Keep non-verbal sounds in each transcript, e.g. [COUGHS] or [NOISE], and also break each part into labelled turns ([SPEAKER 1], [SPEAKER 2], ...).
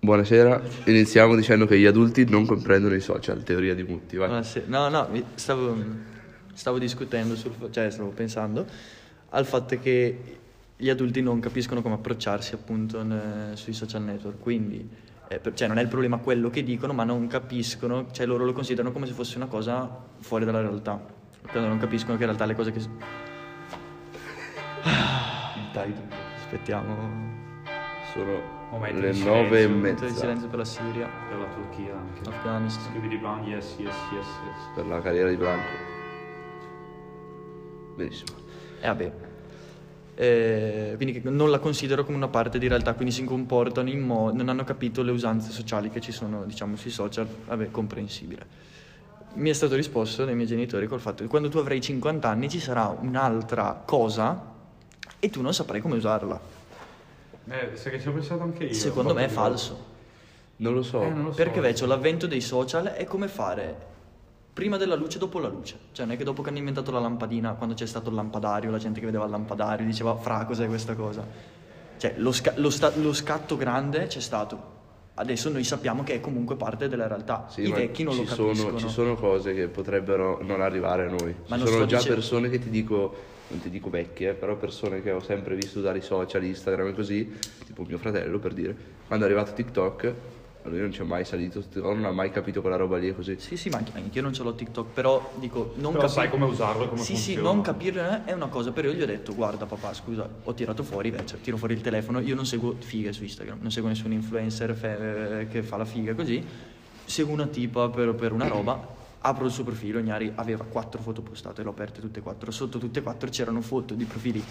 [SPEAKER 1] Buonasera, iniziamo dicendo che gli adulti non comprendono i social, teoria di Mutti, vai.
[SPEAKER 2] Buonasera. No, no, mi- stavo, mm, stavo discutendo, sul, fa- cioè stavo pensando al fatto che gli adulti non capiscono come approcciarsi appunto n- sui social network, quindi eh, per- cioè, non è il problema quello che dicono, ma non capiscono, cioè loro lo considerano come se fosse una cosa fuori dalla realtà, quando non capiscono che in realtà le cose che... s-
[SPEAKER 1] Il Tide
[SPEAKER 2] Aspettiamo... Oh,
[SPEAKER 1] sono
[SPEAKER 3] Momento
[SPEAKER 1] le
[SPEAKER 3] di
[SPEAKER 1] nove e
[SPEAKER 3] silenzio,
[SPEAKER 2] Minuto di
[SPEAKER 1] mezza
[SPEAKER 2] silenzio per la Siria,
[SPEAKER 3] per la Turchia anche.
[SPEAKER 2] Afghanistan.
[SPEAKER 3] Scrivi di Brown, yes, yes, yes, yes.
[SPEAKER 1] per la carriera di Branco. Benissimo.
[SPEAKER 2] E vabbè. Eh, quindi che- non la considero come una parte di realtà, quindi si comportano in modo. non hanno capito le usanze sociali che ci sono, diciamo, sui social, vabbè, comprensibile. Mi è stato risposto dai miei genitori col fatto che quando tu avrai 50 anni ci sarà un'altra cosa e tu non saprai come usarla.
[SPEAKER 3] Eh, sai che ci ho pensato anche io.
[SPEAKER 2] Secondo me è falso.
[SPEAKER 1] Non lo so.
[SPEAKER 3] Eh, non lo so.
[SPEAKER 2] Perché invece l'avvento dei social è come fare prima della luce e dopo la luce. Cioè non è che dopo che hanno inventato la lampadina, quando c'è stato il lampadario, la gente che vedeva il lampadario diceva fra cos'è questa cosa. Cioè lo, sca- lo sta- lo scatto grande c'è stato. Adesso noi sappiamo che è comunque parte della realtà.
[SPEAKER 1] Sì,
[SPEAKER 2] I
[SPEAKER 1] ma
[SPEAKER 2] vecchi non
[SPEAKER 1] ci
[SPEAKER 2] lo
[SPEAKER 1] sono,
[SPEAKER 2] capiscono.
[SPEAKER 1] ci sono cose che potrebbero non arrivare a noi.
[SPEAKER 2] Ma
[SPEAKER 1] ci
[SPEAKER 2] non
[SPEAKER 1] sono
[SPEAKER 2] sto
[SPEAKER 1] già
[SPEAKER 2] dicendo-
[SPEAKER 1] persone che ti dico, non ti dico vecchie, eh, però persone che ho sempre visto usare i social, Instagram e così, tipo mio fratello per dire, quando è arrivato TikTok, a lui non ci è mai salito, non ha mai capito quella roba lì e così.
[SPEAKER 2] Sì, sì, ma anche anch'io non ce l'ho TikTok, però dico, non
[SPEAKER 3] Però
[SPEAKER 2] capi-
[SPEAKER 3] sai come usarlo e come
[SPEAKER 2] Sì, sì,
[SPEAKER 3] funziona.
[SPEAKER 2] non capire è una cosa, però io gli ho detto, guarda papà, scusa, ho tirato fuori, beh, cioè, tiro fuori il telefono, io non seguo fighe su Instagram, non seguo nessun influencer fe- che fa la figa così, seguo una tipa per, per una roba, apro il suo profilo, Gnari aveva quattro foto postate, l'ho aperte tutte e quattro, sotto tutte e quattro c'erano foto di profili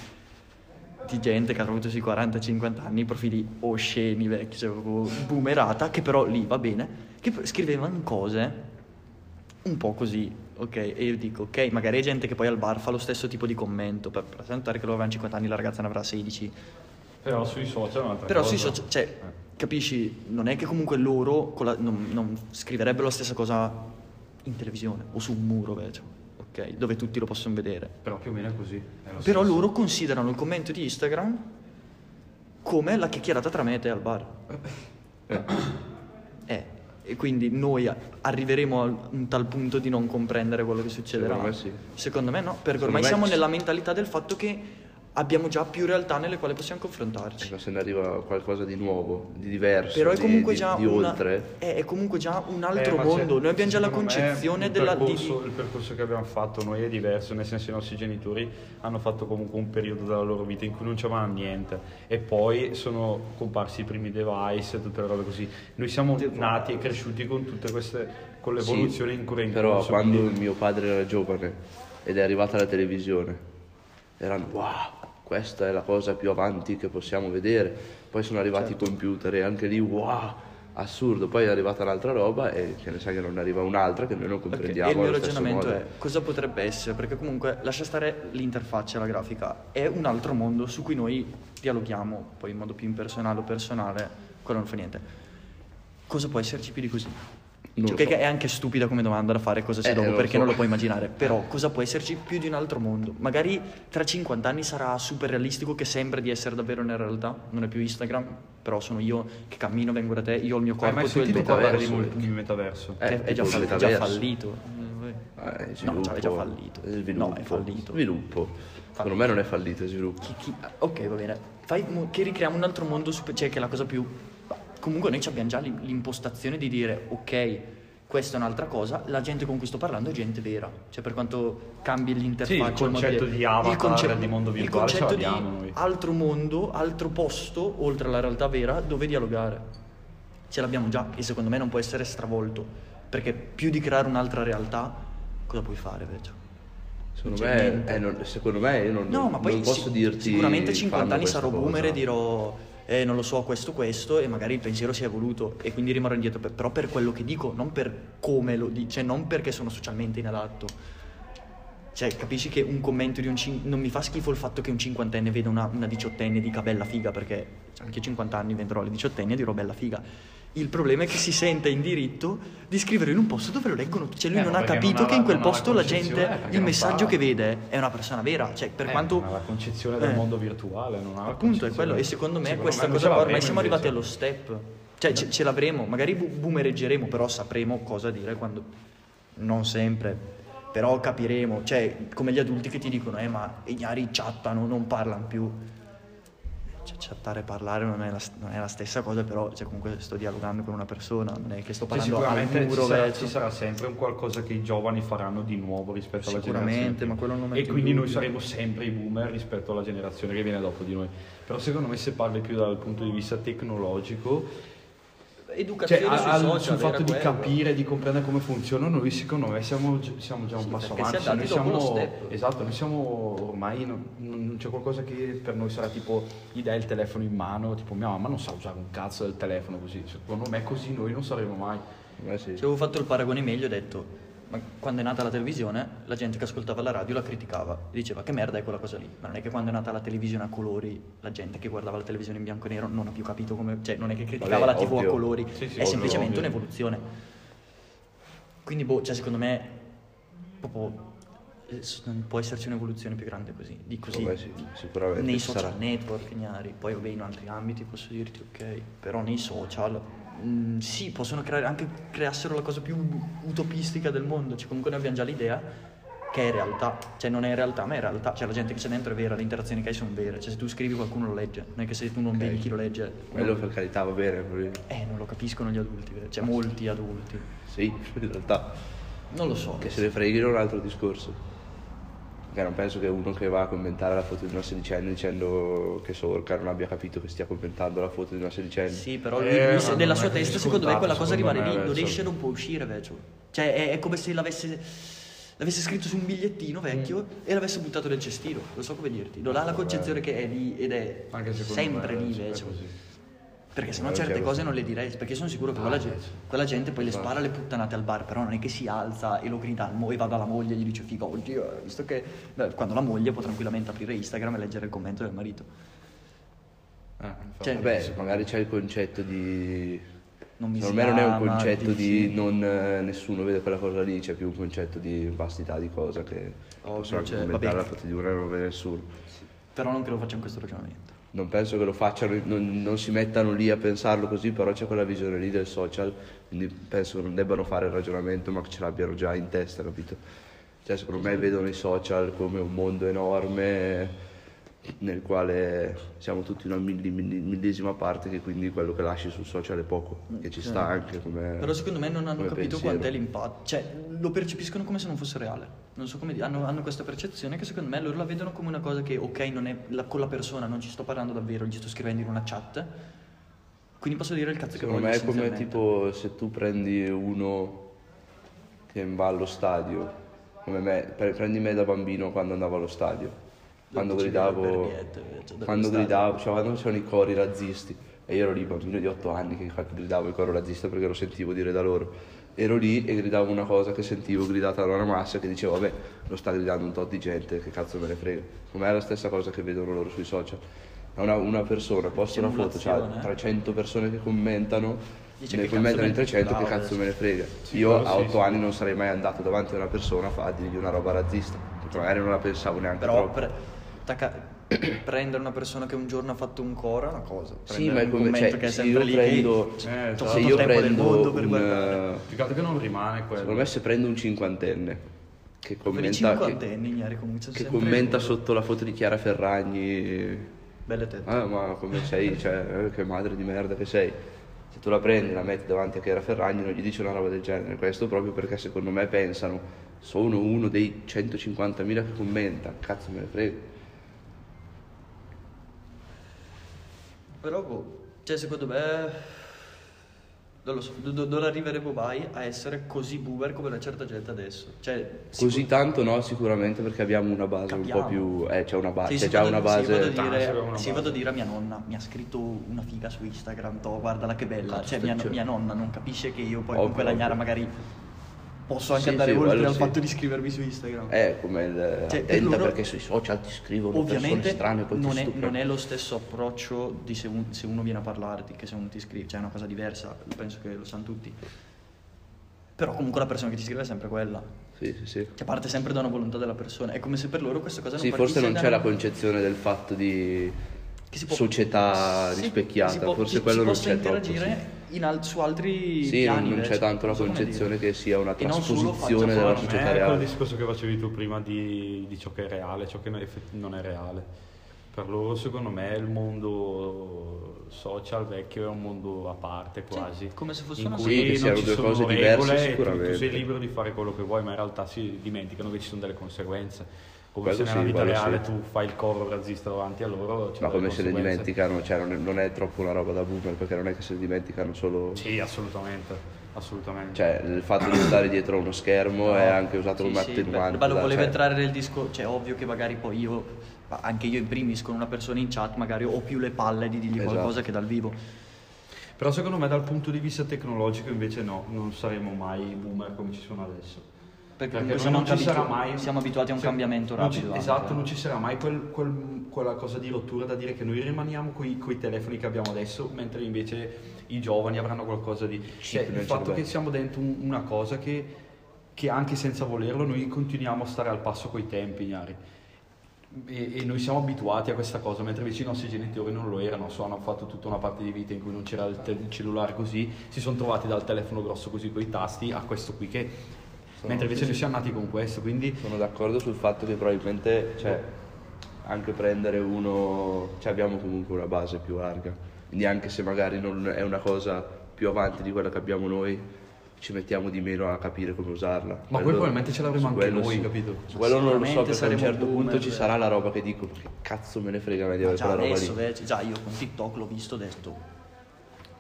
[SPEAKER 2] di gente che hanno avuto sui 40-50 anni, profili osceni, vecchi, cioè proprio boomerata, che però lì va bene, che poi scrivevano cose un po' così, ok? E io dico, ok, magari è gente che poi al bar fa lo stesso tipo di commento, per presentare che loro avevano 50 anni, la ragazza ne avrà 16,
[SPEAKER 3] Però sui social è un'altra
[SPEAKER 2] però
[SPEAKER 3] cosa. Eh.
[SPEAKER 2] sui social, cioè, capisci, non è che comunque loro con la- non, non scriverebbero la stessa cosa in televisione o su un muro, beh, cioè, ok? Dove tutti lo possono vedere.
[SPEAKER 3] Però più o meno è così. è Eh, lo
[SPEAKER 2] Però
[SPEAKER 3] stesso.
[SPEAKER 2] loro considerano il commento di Instagram come la chiacchierata tra me e te al bar. Eh, e quindi noi a- arriveremo a un tal punto di non comprendere quello che succederà.
[SPEAKER 1] Secondo me sì.
[SPEAKER 2] Secondo me no, perché
[SPEAKER 1] Secondo
[SPEAKER 2] ormai
[SPEAKER 1] me
[SPEAKER 2] siamo
[SPEAKER 1] ci-
[SPEAKER 2] nella mentalità del fatto che abbiamo già più realtà nelle quali possiamo confrontarci.
[SPEAKER 1] Ecco, se ne arriva qualcosa di nuovo, di diverso,
[SPEAKER 2] Però è
[SPEAKER 1] di-
[SPEAKER 2] comunque,
[SPEAKER 1] di-
[SPEAKER 2] già
[SPEAKER 1] di
[SPEAKER 2] una-
[SPEAKER 1] oltre.
[SPEAKER 2] è, è comunque già un
[SPEAKER 3] Eh,
[SPEAKER 2] altro
[SPEAKER 3] ma c'è-
[SPEAKER 2] mondo. Noi abbiamo già la
[SPEAKER 3] secondo me
[SPEAKER 2] concezione
[SPEAKER 3] il
[SPEAKER 2] della di-
[SPEAKER 3] percorso, Il percorso che abbiamo fatto noi è diverso, nel senso che i nostri genitori hanno fatto comunque un periodo della loro vita in cui non c'avevano niente e poi sono comparsi i primi device e tutte le robe così. Noi siamo nati e cresciuti con tutte queste con l'evoluzione
[SPEAKER 1] Sì,
[SPEAKER 3] in cui è in
[SPEAKER 1] Però
[SPEAKER 3] corso,
[SPEAKER 1] quando
[SPEAKER 3] quindi-
[SPEAKER 1] mio padre era giovane ed è arrivata la televisione, erano wow, questa è la cosa più avanti che possiamo vedere. Poi sono arrivati
[SPEAKER 2] Certo.
[SPEAKER 1] i computer e anche lì wow, assurdo. Poi è arrivata un'altra roba e che ne sa che non ne arriva un'altra che noi non
[SPEAKER 2] Perché-
[SPEAKER 1] comprendiamo.
[SPEAKER 2] e il mio
[SPEAKER 1] allo stesso
[SPEAKER 2] ragionamento
[SPEAKER 1] modo.
[SPEAKER 2] è cosa potrebbe essere? Perché comunque lascia stare l'interfaccia, la grafica, è un altro mondo su cui noi dialoghiamo, poi in modo più impersonale o personale, quello non fa niente. Cosa può esserci più di così?
[SPEAKER 1] Non
[SPEAKER 2] Cioè,
[SPEAKER 1] lo
[SPEAKER 2] che
[SPEAKER 1] so.
[SPEAKER 2] che è anche stupida come domanda da fare cosa c'è
[SPEAKER 1] Eh,
[SPEAKER 2] dopo,
[SPEAKER 1] lo
[SPEAKER 2] perché
[SPEAKER 1] so. Eh.
[SPEAKER 2] non lo puoi immaginare. Però cosa può esserci più di un altro mondo? Magari tra 50 anni sarà super realistico che sembra di essere davvero nella realtà, non è più Instagram, però sono io che cammino, vengo da te, io ho il mio
[SPEAKER 3] Hai
[SPEAKER 2] corpo,
[SPEAKER 3] mai
[SPEAKER 2] tu hai il
[SPEAKER 3] sentito
[SPEAKER 2] tuo
[SPEAKER 1] metaverso,
[SPEAKER 3] parlare di,
[SPEAKER 2] corpo.
[SPEAKER 3] mul-
[SPEAKER 1] perché-
[SPEAKER 3] di metaverso?
[SPEAKER 1] Eh,
[SPEAKER 2] È- è già,
[SPEAKER 1] tipo
[SPEAKER 2] fall-
[SPEAKER 1] il
[SPEAKER 2] è già
[SPEAKER 1] metaverso.
[SPEAKER 2] fallito. Eh, vai.
[SPEAKER 1] Ah, è
[SPEAKER 2] No,
[SPEAKER 1] sviluppo,
[SPEAKER 2] già, è già fallito.
[SPEAKER 1] Sviluppo.
[SPEAKER 2] No, è fallito.
[SPEAKER 1] Sviluppo. Secondo me non è fallito, è sviluppo.
[SPEAKER 2] Chi- chi- Ok, va bene. Fai mo- che ricreiamo un altro mondo, super- cioè che è la cosa più... Comunque noi ci abbiamo già l'im- l'impostazione di dire, ok, questa è un'altra cosa, la gente con cui sto parlando è gente vera. Cioè per quanto cambi l'interfaccia...
[SPEAKER 3] Sì, il
[SPEAKER 2] modo
[SPEAKER 3] concetto di avatar, di mondo virtuale,
[SPEAKER 2] Il
[SPEAKER 3] ce
[SPEAKER 2] concetto
[SPEAKER 3] l'abbiamo
[SPEAKER 2] di
[SPEAKER 3] noi.
[SPEAKER 2] altro mondo, altro posto, oltre alla realtà vera, dove dialogare. Ce l'abbiamo già e secondo me non può essere stravolto. Perché più di creare un'altra realtà, cosa puoi fare invece?
[SPEAKER 1] Secondo
[SPEAKER 2] Non c'è
[SPEAKER 1] me,
[SPEAKER 2] niente.
[SPEAKER 1] eh, non- secondo me io non,
[SPEAKER 2] No, ma poi
[SPEAKER 1] non posso
[SPEAKER 2] si-
[SPEAKER 1] dirti.
[SPEAKER 2] sicuramente 50
[SPEAKER 1] fanno
[SPEAKER 2] anni
[SPEAKER 1] questa
[SPEAKER 2] sarò boomer
[SPEAKER 1] cosa.
[SPEAKER 2] e dirò eh, non lo so questo questo e magari il pensiero si è evoluto e quindi rimarrò indietro per- però per quello che dico, non per come lo dico, cioè non perché sono socialmente inadatto. Cioè, capisci che un commento di un cin- non mi fa schifo il fatto che un cinquantenne veda una, una diciottenne e dica bella figa, perché anche io 50 anni vedrò le diciottenne e dirò bella figa. Il problema è che si sente in diritto di scriverlo in un posto dove lo leggono, cioè lui
[SPEAKER 3] Eh,
[SPEAKER 2] non
[SPEAKER 3] ma
[SPEAKER 2] ha
[SPEAKER 3] perché
[SPEAKER 2] capito
[SPEAKER 3] non ha
[SPEAKER 2] che
[SPEAKER 3] la-
[SPEAKER 2] in quel
[SPEAKER 3] non ha la
[SPEAKER 2] posto la
[SPEAKER 3] concezione,
[SPEAKER 2] gente,
[SPEAKER 3] perché
[SPEAKER 2] il
[SPEAKER 3] non
[SPEAKER 2] messaggio
[SPEAKER 3] parla.
[SPEAKER 2] che vede è una persona vera, cioè per
[SPEAKER 3] Eh,
[SPEAKER 2] quanto...
[SPEAKER 3] ma la concezione del
[SPEAKER 2] Eh.
[SPEAKER 3] mondo virtuale non ha la
[SPEAKER 2] Appunto è
[SPEAKER 3] concezione.
[SPEAKER 2] quello, e secondo me
[SPEAKER 3] Secondo
[SPEAKER 2] questa
[SPEAKER 3] non
[SPEAKER 2] cosa
[SPEAKER 3] ce
[SPEAKER 2] qua ormai siamo
[SPEAKER 3] l'avremo
[SPEAKER 2] arrivati
[SPEAKER 3] invece.
[SPEAKER 2] allo step. Cioè ce, ce l'avremo, magari bu- boomereggeremo, però sapremo cosa dire quando... Non sempre, però capiremo. Cioè, come gli adulti che ti dicono, eh ma i gnari chattano, non parlano più. Cioè, chattare e parlare non è, la, non è la stessa cosa, però cioè, comunque sto dialogando con una persona, non è che sto
[SPEAKER 3] Cioè,
[SPEAKER 2] parlando al
[SPEAKER 3] sicuramente
[SPEAKER 2] muro.
[SPEAKER 3] ci sarà,
[SPEAKER 2] vecchio.
[SPEAKER 3] ci sarà sempre un qualcosa che i giovani faranno di nuovo rispetto alla generazione.
[SPEAKER 2] Sicuramente, ma quello non lo metto
[SPEAKER 3] E
[SPEAKER 2] in
[SPEAKER 3] quindi noi
[SPEAKER 2] dubbio.
[SPEAKER 3] saremo sempre i boomer rispetto alla generazione che viene dopo di noi. Però secondo me se parli più dal punto di vista tecnologico, cioè
[SPEAKER 2] Educazione
[SPEAKER 3] a- al-
[SPEAKER 2] sui social,
[SPEAKER 3] sul fatto
[SPEAKER 2] era
[SPEAKER 3] di
[SPEAKER 2] quello.
[SPEAKER 3] capire, di comprendere come funzionano, noi secondo me siamo, gi- siamo già un
[SPEAKER 2] Sì,
[SPEAKER 3] passo
[SPEAKER 2] perché si è
[SPEAKER 3] avanti. Noi
[SPEAKER 2] andati dopo
[SPEAKER 3] siamo,
[SPEAKER 2] lo step.
[SPEAKER 3] esatto, noi siamo ormai, non, non c'è qualcosa che per noi sarà tipo, gli dai il telefono in mano, tipo mia mamma non sa usare un cazzo del telefono così, secondo me così noi non saremo mai.
[SPEAKER 1] Eh sì.
[SPEAKER 2] Ci avevo fatto il paragone meglio, ho detto, ma quando è nata la televisione, la gente che ascoltava la radio la criticava, diceva che merda è quella cosa lì, ma non è che quando è nata la televisione a colori, la gente che guardava la televisione in bianco e nero non ha più capito come, cioè non è che criticava
[SPEAKER 1] Vabbè,
[SPEAKER 2] la TV
[SPEAKER 1] ovvio.
[SPEAKER 2] a colori,
[SPEAKER 3] Sì, sì,
[SPEAKER 2] è
[SPEAKER 3] ovvio,
[SPEAKER 2] semplicemente
[SPEAKER 3] ovvio.
[SPEAKER 2] un'evoluzione. Quindi boh, cioè secondo me proprio eh, s- non può esserci un'evoluzione più grande così, di così.
[SPEAKER 1] Secondo me sì, sicuramente
[SPEAKER 2] Nei
[SPEAKER 1] ci
[SPEAKER 2] social
[SPEAKER 1] sarà.
[SPEAKER 2] network, gnari. poi vabbè in altri ambiti posso dirti ok, però nei social mh, sì, possono creare anche creassero la cosa più utopistica del mondo, cioè comunque noi abbiamo già l'idea che è realtà, cioè non è realtà, ma è realtà, cioè la gente che c'è dentro è vera, le interazioni che hai sono vere, cioè se tu scrivi qualcuno lo legge, non è che se tu non vedi chi lo legge,
[SPEAKER 1] Quello per carità va bene, poi-
[SPEAKER 2] eh non lo capiscono gli adulti, vero? cioè molti adulti,
[SPEAKER 1] sì, [LAUGHS] in realtà.
[SPEAKER 2] non lo so,
[SPEAKER 1] Che se ne freghino è un altro discorso. Perché non penso che uno che va a commentare la foto di una sedicenne dicendo che Sorca non abbia capito che stia commentando la foto di una sedicenne.
[SPEAKER 2] Sì, però
[SPEAKER 3] Eh,
[SPEAKER 2] lui- lui-
[SPEAKER 3] ma
[SPEAKER 2] se-
[SPEAKER 3] non
[SPEAKER 2] nella
[SPEAKER 3] è
[SPEAKER 2] sua
[SPEAKER 3] così
[SPEAKER 2] testa, secondo me,
[SPEAKER 3] scontato,
[SPEAKER 2] quella cosa
[SPEAKER 3] secondo
[SPEAKER 2] rimane
[SPEAKER 3] me,
[SPEAKER 2] lì. Non
[SPEAKER 3] adesso.
[SPEAKER 2] esce, non può uscire, vecchio. Cioè, è, è come se l'avesse, l'avesse scritto su un bigliettino vecchio
[SPEAKER 3] Mm.
[SPEAKER 2] e l'avesse buttato nel cestino. Non so come dirti. Non ha la concezione che è lì ed è
[SPEAKER 3] Anche secondo
[SPEAKER 2] sempre
[SPEAKER 3] me,
[SPEAKER 2] lì,
[SPEAKER 3] cioè,
[SPEAKER 2] vecchio.
[SPEAKER 3] così.
[SPEAKER 2] Perché se no
[SPEAKER 1] Eh,
[SPEAKER 2] certe
[SPEAKER 1] certo.
[SPEAKER 2] cose non le direi, perché sono sicuro
[SPEAKER 3] Ah,
[SPEAKER 2] che quella,
[SPEAKER 3] eh,
[SPEAKER 2] gente, quella gente poi le spara le puttanate al bar, però non è che si alza e lo grida al mo- e va dalla moglie e gli dice figa oggi, eh", visto che no, quando la moglie può tranquillamente aprire Instagram e leggere il commento del marito.
[SPEAKER 3] eh,
[SPEAKER 2] Cioè,
[SPEAKER 1] Vabbè, magari c'è il concetto di...
[SPEAKER 2] Non mi
[SPEAKER 1] Secondo
[SPEAKER 2] si
[SPEAKER 1] me non è un
[SPEAKER 2] ama,
[SPEAKER 1] concetto
[SPEAKER 2] dici.
[SPEAKER 1] di non, eh, nessuno vede quella cosa lì, c'è più un concetto di vastità di cosa che
[SPEAKER 2] Ovvio,
[SPEAKER 1] possono anche
[SPEAKER 2] cioè,
[SPEAKER 1] commentare
[SPEAKER 2] vabbè.
[SPEAKER 1] la foto di una e non lo vede nessuno.
[SPEAKER 2] Però non che lo facciamo questo ragionamento.
[SPEAKER 1] Non penso che lo facciano, non, non si mettano lì a pensarlo così, però c'è quella visione lì del social, quindi penso che non debbano fare il ragionamento, ma che ce l'abbiano già in testa, capito? Cioè, secondo me vedono i social come un mondo enorme nel quale siamo tutti una milli- milli- millesima parte, che quindi quello che lasci sul social è poco, che ci sta anche come...
[SPEAKER 2] Certo. Però secondo me non hanno
[SPEAKER 1] come
[SPEAKER 2] capito
[SPEAKER 1] pensiero.
[SPEAKER 2] quant'è l'impatto, cioè lo percepiscono come se non fosse reale. Non so come dire, hanno, hanno questa percezione che secondo me loro la vedono come una cosa che ok, non è la- con la persona, non ci sto parlando davvero, gli sto scrivendo in una chat. Quindi posso dire il cazzo
[SPEAKER 1] Secondo
[SPEAKER 2] che
[SPEAKER 1] me
[SPEAKER 2] voglio
[SPEAKER 1] è come
[SPEAKER 2] essenzialmente.
[SPEAKER 1] tipo se tu prendi uno che va allo stadio, come me, pre- prendi me da bambino quando andavo allo stadio, quando
[SPEAKER 2] ci vedo il
[SPEAKER 1] gridavo,
[SPEAKER 2] berbietto, invece, dallo
[SPEAKER 1] quando
[SPEAKER 2] stadio.
[SPEAKER 1] gridavo, cioè quando c'erano i cori razzisti e io ero lì bambino di 8 anni che gridavo il coro razzista perché lo sentivo dire da loro. Ero lì e gridavo una cosa che sentivo gridata da una massa che dicevo vabbè lo sta gridando un tot di gente, che cazzo me ne frega. Com'è la stessa cosa che vedono loro sui social. Una, una persona posta una foto,
[SPEAKER 2] Simulazione,
[SPEAKER 1] c'ha
[SPEAKER 2] eh.
[SPEAKER 1] 300 persone che commentano,
[SPEAKER 2] Dice
[SPEAKER 1] ne
[SPEAKER 2] che
[SPEAKER 1] puoi
[SPEAKER 2] cazzo
[SPEAKER 1] mettere
[SPEAKER 2] me-
[SPEAKER 1] in 300 che
[SPEAKER 2] bravo,
[SPEAKER 1] cazzo me ne frega
[SPEAKER 3] Sì,
[SPEAKER 1] io
[SPEAKER 3] quello
[SPEAKER 1] a
[SPEAKER 3] sì,
[SPEAKER 1] 8
[SPEAKER 3] sì.
[SPEAKER 1] anni non sarei mai andato davanti a una persona a dirgli una roba razzista perché magari non la pensavo neanche
[SPEAKER 2] Però
[SPEAKER 1] troppo
[SPEAKER 2] pre- tacca- [CLEARS THROAT] prendere una persona che un giorno ha fatto un coro è una cosa.
[SPEAKER 1] sì
[SPEAKER 2] Prendere
[SPEAKER 1] ma è
[SPEAKER 2] un
[SPEAKER 1] come
[SPEAKER 2] commento
[SPEAKER 1] cioè,
[SPEAKER 2] che è
[SPEAKER 1] se
[SPEAKER 2] sempre
[SPEAKER 1] io
[SPEAKER 2] lì
[SPEAKER 1] prendo
[SPEAKER 2] che-
[SPEAKER 3] Eh,
[SPEAKER 2] tutto
[SPEAKER 1] se
[SPEAKER 2] il
[SPEAKER 1] io
[SPEAKER 2] tempo del
[SPEAKER 1] prendo
[SPEAKER 2] mondo per
[SPEAKER 1] un,
[SPEAKER 2] guardare.
[SPEAKER 1] eh,
[SPEAKER 3] Più che altro che non rimane quello.
[SPEAKER 1] secondo me se prendo un cinquantenne che
[SPEAKER 2] Per i
[SPEAKER 1] commenta che,
[SPEAKER 2] cinquantenni, ignari, comunque c'è
[SPEAKER 1] che
[SPEAKER 2] sempre
[SPEAKER 1] commenta
[SPEAKER 2] loro.
[SPEAKER 1] sotto la foto di Chiara Ferragni
[SPEAKER 2] Belle tette.
[SPEAKER 1] ah, ma come sei cioè eh, che madre di merda che sei se tu la prendi la metti davanti a Chiara Ferragni non gli dici una roba del genere questo proprio perché secondo me pensano sono uno dei 150.000 che commenta cazzo me ne frega
[SPEAKER 2] Però, boh, cioè, secondo me. Non lo so, do- do- non arriveremo mai a essere così boomer come una certa gente adesso. Cioè,
[SPEAKER 1] Così tanto no, sicuramente perché abbiamo una base un po'
[SPEAKER 2] Capiamo.
[SPEAKER 1] più... Eh, c'è una base,
[SPEAKER 2] Sì,
[SPEAKER 1] c'è
[SPEAKER 2] se
[SPEAKER 1] già
[SPEAKER 2] vado-
[SPEAKER 1] una
[SPEAKER 2] Se io
[SPEAKER 1] base...
[SPEAKER 2] vado, a
[SPEAKER 3] Ah, se avevo
[SPEAKER 2] dire,
[SPEAKER 3] una
[SPEAKER 2] se io vado a
[SPEAKER 3] base.
[SPEAKER 2] dire a mia nonna, mi ha scritto una figa su Instagram, toh, guardala che bella. Cioè, mia, mia nonna non capisce che io poi
[SPEAKER 1] Ovvio,
[SPEAKER 2] con quella
[SPEAKER 1] ovvio.
[SPEAKER 2] gnara magari posso anche
[SPEAKER 1] Sì,
[SPEAKER 2] andare
[SPEAKER 1] sì,
[SPEAKER 2] oltre
[SPEAKER 1] quello
[SPEAKER 2] al
[SPEAKER 1] sì.
[SPEAKER 2] fatto di iscrivermi su Instagram.
[SPEAKER 1] Eh, come il...
[SPEAKER 2] Cioè, per
[SPEAKER 1] attenta
[SPEAKER 2] loro-
[SPEAKER 1] perché sui social ti scrivono persone
[SPEAKER 2] Ovviamente
[SPEAKER 1] strane e poi
[SPEAKER 2] non
[SPEAKER 1] ti
[SPEAKER 2] è,
[SPEAKER 1] stuprano.
[SPEAKER 2] non è lo stesso approccio di se, un- se uno viene a parlarti che se uno ti scrive, cioè è una cosa diversa, penso che lo sanno tutti. Però comunque la persona che ti scrive è sempre quella,
[SPEAKER 1] Sì, sì, sì.
[SPEAKER 2] che parte sempre da una volontà della persona, è come se per loro questa cosa non
[SPEAKER 1] Sì, forse
[SPEAKER 2] partisse
[SPEAKER 1] non
[SPEAKER 2] da
[SPEAKER 1] c'è
[SPEAKER 2] una-
[SPEAKER 1] la concezione del fatto di
[SPEAKER 2] che si può-
[SPEAKER 1] società
[SPEAKER 2] sì,
[SPEAKER 1] rispecchiata,
[SPEAKER 2] si può-
[SPEAKER 1] forse
[SPEAKER 2] si-
[SPEAKER 1] quello
[SPEAKER 2] si
[SPEAKER 1] non
[SPEAKER 2] possa
[SPEAKER 1] c'è troppo.
[SPEAKER 2] interagire in al- su altri
[SPEAKER 1] Sì, non-
[SPEAKER 2] piani.
[SPEAKER 1] non
[SPEAKER 2] cioè,
[SPEAKER 1] c'è tanto la
[SPEAKER 2] so come dire.
[SPEAKER 1] concezione che sia una
[SPEAKER 2] E non solo
[SPEAKER 1] trasposizione
[SPEAKER 2] faccia
[SPEAKER 1] della
[SPEAKER 2] porno,
[SPEAKER 1] società
[SPEAKER 3] Eh, È quel
[SPEAKER 1] reale.
[SPEAKER 3] discorso che facevi tu prima di, di ciò che è reale, ciò che non è effe- non è reale. Per loro, secondo me, il mondo social vecchio è un mondo a parte
[SPEAKER 2] Sì,
[SPEAKER 3] quasi.
[SPEAKER 2] come se fosse
[SPEAKER 3] in
[SPEAKER 2] una
[SPEAKER 3] cui
[SPEAKER 1] Sì, che
[SPEAKER 3] non
[SPEAKER 1] siano
[SPEAKER 3] ci
[SPEAKER 1] due
[SPEAKER 3] sono
[SPEAKER 1] cose
[SPEAKER 3] regole,
[SPEAKER 1] diverse,
[SPEAKER 3] tu- Tu,
[SPEAKER 1] sicuramente.
[SPEAKER 3] sei libero di fare quello che vuoi, ma in realtà si dimenticano che ci sono delle conseguenze. Come
[SPEAKER 1] Quello
[SPEAKER 3] se
[SPEAKER 1] sì,
[SPEAKER 3] nella vita
[SPEAKER 1] quello
[SPEAKER 3] reale
[SPEAKER 1] sì.
[SPEAKER 3] tu fai il coro razzista davanti a loro. c'è
[SPEAKER 1] Ma
[SPEAKER 3] delle
[SPEAKER 1] come se ne
[SPEAKER 3] conseguenze.
[SPEAKER 1] dimenticano, cioè non è, non è troppo una roba da boomer, perché non è che se ne dimenticano solo...
[SPEAKER 3] Sì, assolutamente, assolutamente.
[SPEAKER 1] Cioè, il fatto di stare dietro a uno schermo è anche usato
[SPEAKER 2] Sì,
[SPEAKER 1] come
[SPEAKER 2] sì,
[SPEAKER 1] attenuante.
[SPEAKER 2] bello,
[SPEAKER 1] da-
[SPEAKER 2] volevo
[SPEAKER 1] cioè-
[SPEAKER 2] entrare nel disco, cioè ovvio che magari poi io, ma anche io in primis con una persona in chat, magari ho più le palle di dirgli
[SPEAKER 1] Esatto.
[SPEAKER 2] qualcosa che dal vivo.
[SPEAKER 3] Però secondo me dal punto di vista tecnologico invece no, non saremo mai boomer come ci sono adesso.
[SPEAKER 2] Perché
[SPEAKER 3] noi
[SPEAKER 2] siamo anche abitu- siamo abituati a un cambiamento
[SPEAKER 3] non ci-
[SPEAKER 2] rapido anche,
[SPEAKER 3] esatto,
[SPEAKER 2] eh.
[SPEAKER 3] non ci sarà mai quel- quel- quella cosa di rottura da dire che noi rimaniamo coi, coi telefoni che abbiamo adesso, mentre invece i giovani avranno qualcosa di... Cioè,
[SPEAKER 1] nel
[SPEAKER 3] il fatto
[SPEAKER 1] cervello.
[SPEAKER 3] che siamo dentro un- una cosa che, che anche senza volerlo noi continuiamo a stare al passo coi tempi, Gnari. E, e noi siamo abituati a questa cosa, mentre invece i nostri genitori non lo erano, so, hanno fatto tutta una parte di vita in cui non c'era il, te- il cellulare così, si sono trovati dal telefono grosso così con i tasti a questo qui che...
[SPEAKER 1] Sono-
[SPEAKER 3] mentre invece noi siamo nati con questo, quindi...
[SPEAKER 1] Sono d'accordo sul fatto che probabilmente, cioè, anche prendere uno, cioè abbiamo comunque una base più larga, quindi anche se magari non è una cosa più avanti di quella che abbiamo noi, ci mettiamo di meno a capire come usarla. Ma
[SPEAKER 3] poi probabilmente ce l'avremo anche noi, capito?
[SPEAKER 1] Su quello non lo so,
[SPEAKER 2] Sicuramente
[SPEAKER 1] perché a un
[SPEAKER 2] saremo
[SPEAKER 1] certo punto
[SPEAKER 2] boomer,
[SPEAKER 1] ci
[SPEAKER 2] eh.
[SPEAKER 1] sarà la roba che dico, ma che cazzo me ne frega me di avere
[SPEAKER 2] Già
[SPEAKER 1] quella roba
[SPEAKER 2] adesso,
[SPEAKER 1] lì.
[SPEAKER 2] invece, già io con TikTok l'ho visto, ho detto